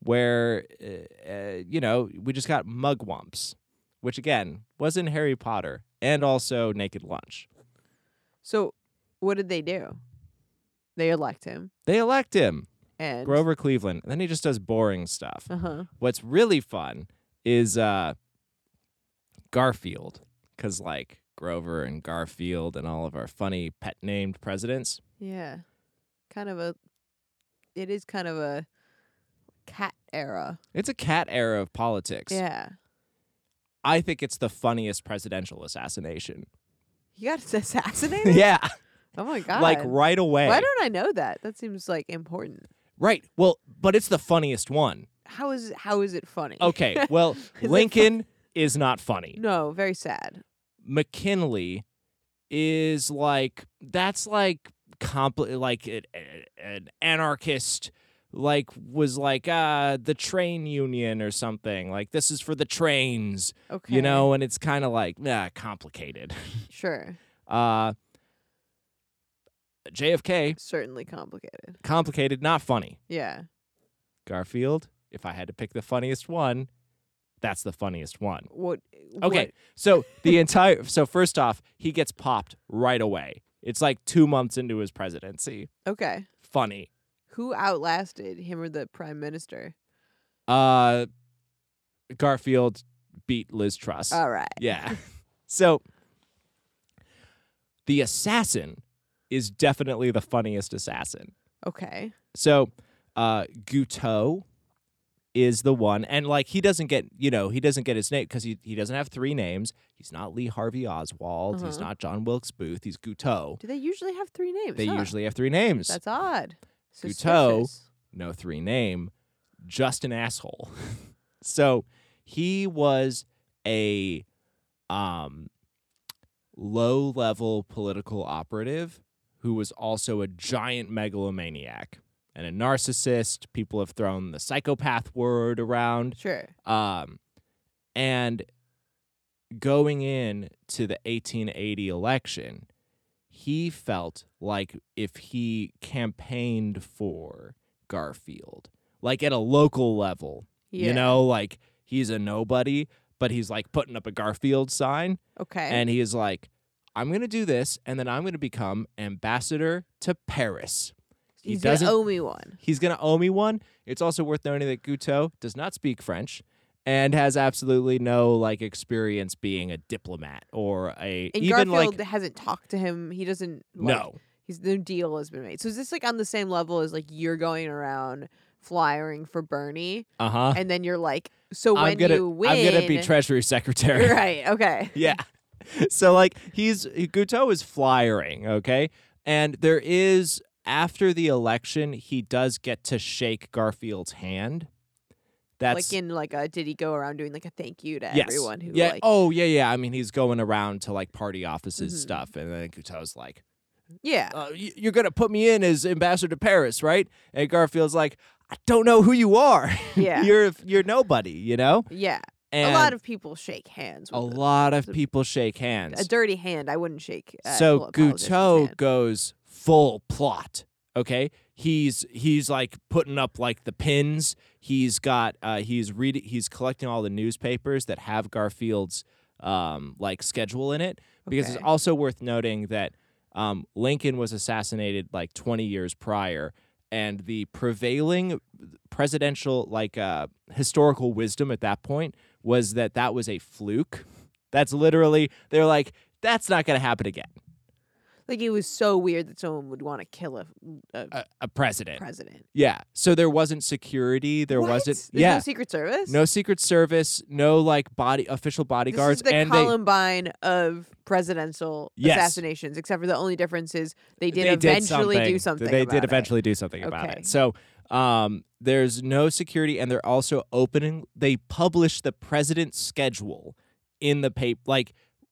where uh, uh, you know, we just got mugwumps, which again was in Harry Potter and also Naked Lunch.
so what did they do? They elect him
They elect him,
and
Grover Cleveland, and then he just does boring stuff.
Uh-huh.
What's really fun is uh, Garfield, because like Grover and Garfield and all of our funny pet named presidents.
Yeah. Kind of a it is kind of a cat era.
It's a cat era of politics.
Yeah.
I think it's the funniest
[laughs]
presidential assassination.
You got assassinated?
yeah,
Oh my god.
like right away.
Why don't I know that? That seems like important.
right. Well, but it's the funniest one.
How is how is it funny?
Okay.
[laughs]
Well,
it
Lincoln is not funny.
No, very sad.
McKinley is like that's like compli like an, an anarchist like was like uh the train union or something like this is for the trains
Okay.
you know and it's kind of like nah complicated
Sure.
uh JFK
Certainly complicated.
complicated not funny
Yeah.
Garfield if I had to pick the funniest one that's the funniest one
What
Okay.
what- [laughs]
So the entire so first off, he gets popped right away. It's like 2 months into his presidency.
okay.
Funny.
Who outlasted him or the prime minister?
Uh Garfield beat Liz Truss.
All right.
yeah. [laughs] So the assassin is definitely the funniest assassin.
Okay.
So uh Guteau is the one and like he doesn't get you know he doesn't get his name because he, he doesn't have three names he's not lee harvey oswald he's
Uh-huh.
not john wilkes booth he's Guteau.
Do they usually have three names?
They
huh?
usually have three names.
That's odd.
Guteau.
Suspicious.
no three name, just an asshole. [laughs] so he was a um low level political operative who was also a giant megalomaniac and a narcissist. People have thrown the psychopath word around.
Sure.
Um, and going in to the 1880 election, he felt like if he campaigned for Garfield, like at a local level,
Yeah.
you know, like he's a nobody, but he's like putting up a Garfield sign,
Okay.
and he is like, I'm gonna do this, and then I'm gonna become ambassador to Paris. He
He's
doesn't-
gonna owe me one.
He's going to owe me one. It's also worth noting that Guteau does not speak French and has absolutely no like experience being a diplomat or a
And
even
Garfield
like
hasn't talked to him. He doesn't. Like,
no.
He's no deal has been made. So is this like on the same level as like you're going around flyering for Bernie,
Uh-huh.
and then you're like, so when
I'm going
you
to
win,
I'm going to be treasury
[laughs]
secretary.
right? Okay.
[laughs] yeah. So like he's Guteau is flyering, okay? And there is after the election, he does get to shake Garfield's hand. That's
like in like a did he go around doing like a thank you to
yes.
everyone who
yeah.
like
oh yeah, yeah. I mean, he's going around to like party offices
Mhm.
stuff, and then Guteau's like, [laughs]
yeah
uh, y- "You're gonna put me in as ambassador to Paris, right?" And Garfield's like, "I don't know who you are. [laughs]
yeah
you're you're nobody, you know."
yeah
And
a lot of people shake hands
a
with a,
lot of people shake hands.
a dirty hand I wouldn't shake uh,
so
poli- politician's
Guteau
hand.
goes full plot. Okay, he's he's like putting up like the pins. He's got uh, he's reading he's collecting all the newspapers that have Garfield's um, like schedule in it because it's
Okay.
also worth noting that um, Lincoln was assassinated like 20 years prior, and the prevailing presidential like uh, historical wisdom at that point was that that was a fluke. That's literally they're like that's not going to happen again.
like it was so weird that someone would want to kill a, a
A, a president.
president
Yeah. So there wasn't security. There
What?
wasn't.
There's no
yeah.
secret service
No Secret Service. No like body official bodyguards.
This is the
and they
Columbine of presidential
Yes.
assassinations, except for the only difference is they did
they
eventually
did
do something.
They
about
did
it.
eventually do something about
Okay.
it. So Um, there's no security, and they're also opening. They publish the president's schedule in the paper, like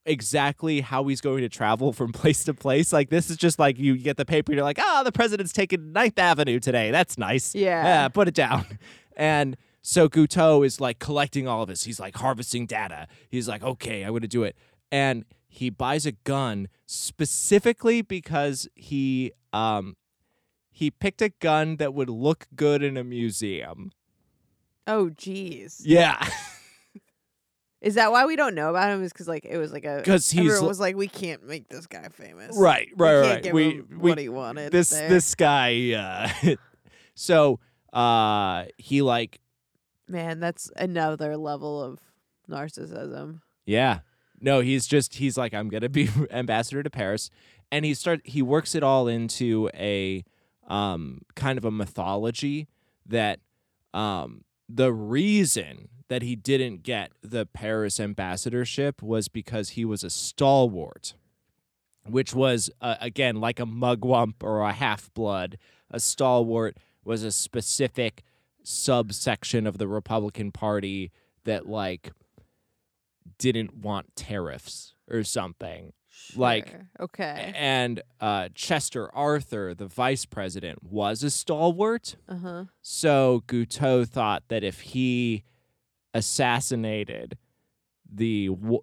exactly how he's going to travel from [laughs] place to place. Like this is just like you get the paper, you're like, ah, the president's taking Ninth Avenue today. That's nice.
Yeah.
yeah put it down. [laughs] And so Guteau is like collecting all of this. He's like harvesting data. He's like, okay, I'm gonna do it. And he buys a gun specifically because he um he picked a gun that would look good in a museum.
Oh, jeez.
Yeah.
Is that why we don't know about him? Is because like it was like a
'Cause he's
everyone
l-
was like we can't make this guy famous.
right,
We
right,
can't
right.
give
We
him
we
what he wanted.
this
there.
this guy uh [laughs] so uh he like
man, that's another level of narcissism.
Yeah. No, he's just he's like I'm going to be [laughs] ambassador to Paris and he start he works it all into a um kind of a mythology that um the reason that he didn't get the Paris ambassadorship was because he was a stalwart which was uh, again like a mugwump or a half-blood a stalwart was a specific subsection of the Republican Party that like didn't want tariffs or something. Like-
Sure. okay,
And uh, Chester Arthur, the vice president, was a stalwart.
uh huh,
So Guteau thought that if he assassinated the w-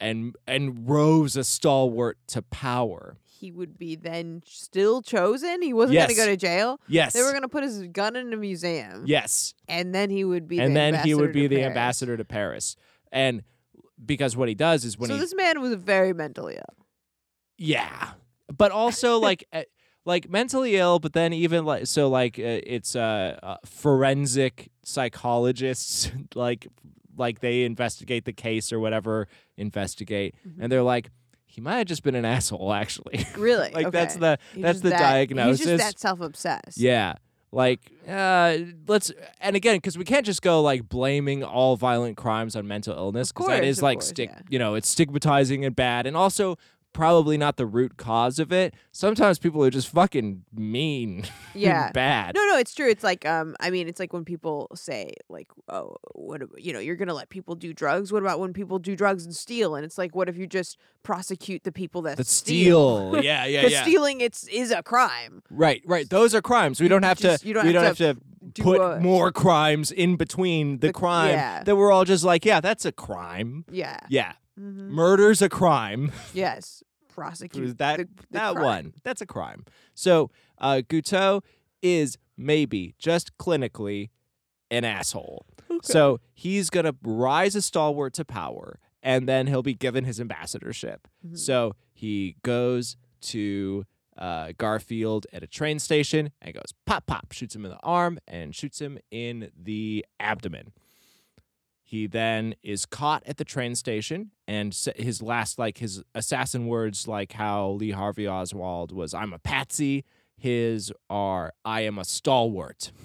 and and rose a stalwart to power,
he would be then still chosen. He wasn't
Yes.
gonna go to jail.
yes,
They were gonna put his gun in a museum,
yes,
and then he would be.
and
the
then he
ambassador
would be
to
the
Paris.
ambassador to Paris, and because what he does is when
so
he
this man was very mentally ill.
Yeah, but also
[laughs]
like eh, like mentally ill, but then even like so like uh, it's uh, uh forensic psychologists [laughs] like like they investigate the case or whatever investigate,
Mm-hmm.
and they're like he might have just been an asshole actually. [laughs]
Really,
like that's
Okay.
the
He's
that's
just
the
that-
diagnosis.
He's just that self-obsessed.
Yeah. Like, uh, let's, and again, because we can't just go like blaming all violent crimes on mental illness,
Of
because that
course,
is
of
like,
course,
stick,
yeah.
you know, it's stigmatizing and bad, and also probably not the root cause of it. Sometimes people are just fucking mean [laughs]
yeah.
and bad.
No, no, it's true. It's like, um, I mean, it's like when people say, like, oh, what, ab- you know, you're gonna let people do drugs. What about when people do drugs and steal? And it's like, what if you just prosecute the people that,
That steal.
[laughs]
yeah, yeah,
'Cause
yeah.
stealing it's is a crime.
Right, right. Those are crimes. We don't have
just-
to.
you don't
we
have
don't
to
have to.
do
Put
a-
more crimes in between the,
The-
crime
yeah.
that we're all just like, yeah, that's a crime.
Yeah.
Yeah,
hmm
murder's a crime.
Yes. Prosecute
that
the- the
that
crime.
one. That's a crime. So uh, Guteau is maybe just clinically an asshole. So he's gonna rise a stalwart to power, and then he'll be given his ambassadorship.
Mhm.
So he goes to uh, Garfield at a train station and goes pop pop, shoots him in the arm and shoots him in the abdomen. He then is caught at the train station, and s- his last, like his assassin words, like how Lee Harvey Oswald was, "I'm a patsy." His are, "I am a stalwart."
[laughs]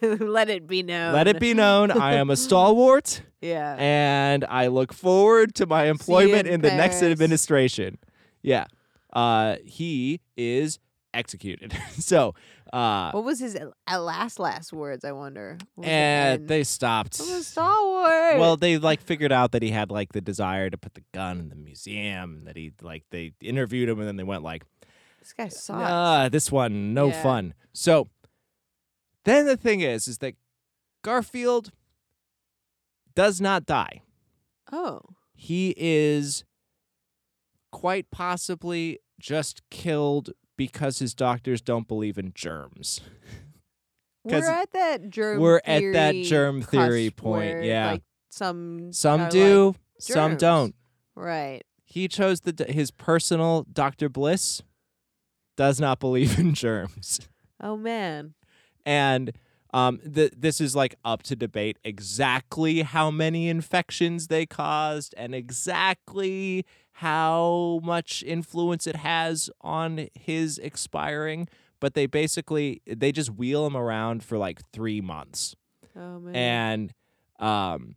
let it be known.
Let it be known, I am a stalwart,
[laughs] Yeah.
and I look forward to my employment in,
in
the next
Paris.
administration. Yeah, uh, he is executed. [laughs] so, uh,
what was his el- uh, last last words? I wonder. What was it
and
in-
they stopped.
From the Star Wars.
Well, they like figured out that he had like the desire to put the gun in the museum. and That he like they interviewed him and then they went like,
this guy sucks.
ah, this one no
Yeah.
fun. So then the thing is, is that Garfield does not die.
oh.
He is quite possibly just killed because his doctors don't believe in germs. 'Cause
We're at that germ.
we're at that
theory
germ theory
cusp
point,
where,
yeah.
like, some are
Some
like-
do, some
germs.
don't.
right?
He chose the his personal Dr. Bliss does not believe in germs.
Oh man,
And um th- this is like up to debate exactly how many infections they caused and exactly how much influence it has on his expiring, but they basically they just wheel him around for like 3 months
oh man.
and um,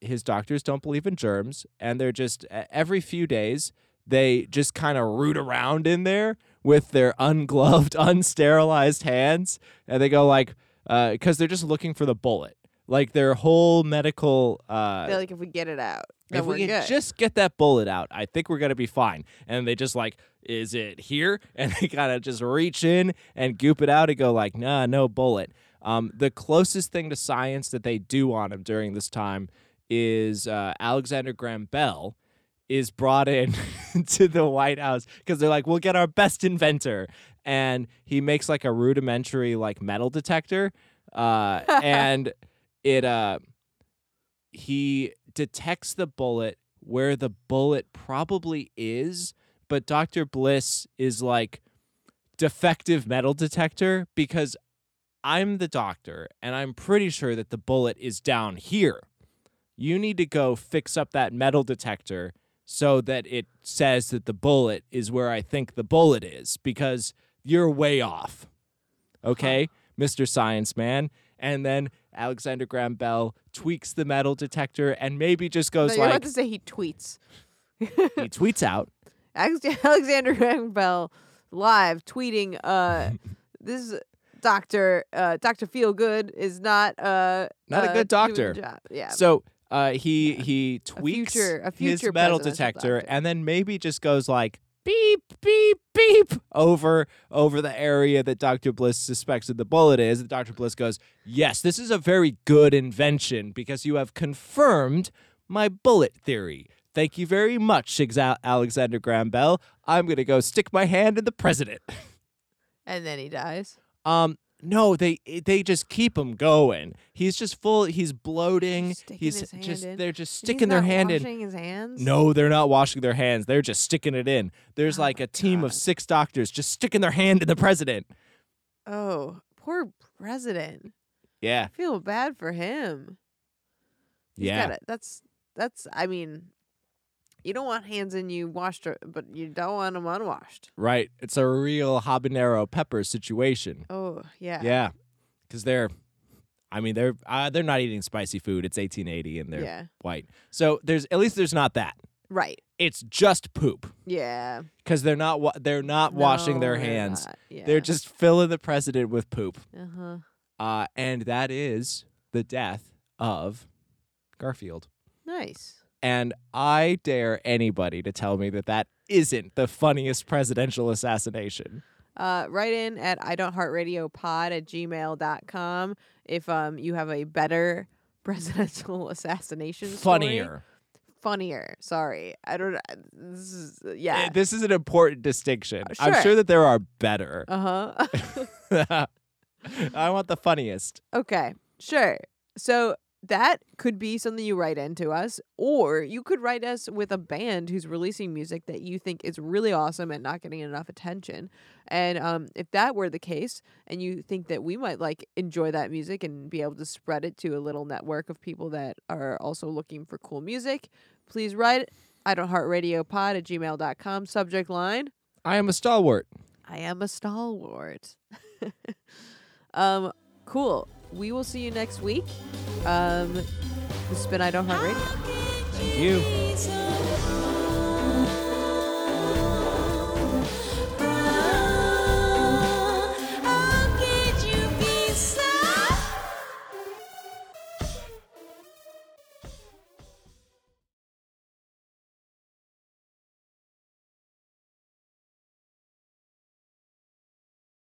his doctors don't believe in germs, and they're just e- every few days they just kind of root around in there with their ungloved, [laughs] unsterilized hands, and they go like, because they're just looking for the bullet. Like their whole medical,
They're
uh,
like, if we get it out, then
if we
we're
can
good.
just get that bullet out, I think we're gonna be fine. And they just like, is it here? [laughs] And they kind of just reach in and goop it out and go like, nah, no bullet. Um, the closest thing to science that they do on him during this time is uh, Alexander Graham Bell is brought in [laughs] to the White House because they're like, we'll get our best inventor. And he makes like a rudimentary like metal detector. Uh, and it uh he detects the bullet where the bullet probably is, but Dr. Bliss is like defective metal detector because I'm the doctor and I'm pretty sure that the bullet is down here. You need to go fix up that metal detector so that it says that the bullet is where I think the bullet is because you're way off. Okay, Mr. Science Man. And then Alexander Graham Bell tweaks the metal detector and maybe just
No,
goes
you're
like
about to say he tweets.
he tweets out.
Alex- [laughs] Alexander Graham Bell live tweeting
[laughs]
uh this doctor uh Dr. Feelgood is not uh
Not a
uh,
good
doing
doctor.
the job. Yeah.
So uh, he he tweaks
future- a
his
future
metal
presidential
detector
doctor.
and then maybe just goes like beep beep beep over over the area that Dr. Bliss suspects that the bullet is. And Dr. Bliss goes, "Yes, this is a very good invention because you have confirmed my bullet theory." Thank you very much, Exa- Alexander Graham Bell. I'm gonna go stick my hand in the president.
and then he dies.
Um, no, they they just keep him going. He's just full. He's bloating.
Just sticking
He's
his hand
just
in.
they're just
And
sticking
he's
their
not
hand in.
washing his hands?
No, they're not washing their hands. They're just sticking it in. There's
Oh
like
my
a team of six doctors just sticking their hand in the president.
Oh, poor president.
Yeah,
I feel bad for him. He's
yeah.
gotta- that's that's I mean you don't want hands in you washed or, but you don't want them unwashed.
Right. It's a real habanero pepper situation.
Oh, yeah.
Yeah, because they're, I mean, they're uh, they're not eating spicy food. It's 1880 and they're
Yeah.
white. So there's at least there's not that.
Right.
It's just poop
Yeah.
because they're not wa- they're not washing
No,
their
they're
hands.
not. Yeah.
They're just filling the president with poop.
uh-huh.
Uh, and that is the death of Garfield.
Nice.
And I dare anybody to tell me that that isn't the funniest presidential assassination.
Uh, write in at I don't heart radio pod at gmail.com if um you have a better [laughs] presidential assassination story.
Funnier.
Funnier. Sorry. I don't uh, this is
Eh,
yeah.
This is an important distinction.
Ah. Uh,
I'm
sure.
sure that there are better. [laughs]
Uh-huh. [laughs]
I want the funniest.
Okay, sure. So that could be something you write in to us, or you could write us with a band who's releasing music that you think is really awesome and not getting enough attention. And um, if that were the case, and you think that we might like enjoy that music and be able to spread it to a little network of people that are also looking for cool music, please write I don't heart radio pod at gmail.com. Subject line
I am a stalwart.
I am a stalwart. [laughs] um, cool. We will see you next week. Um, this has been I Don't Heart Radio.
Thank you.
Jesus.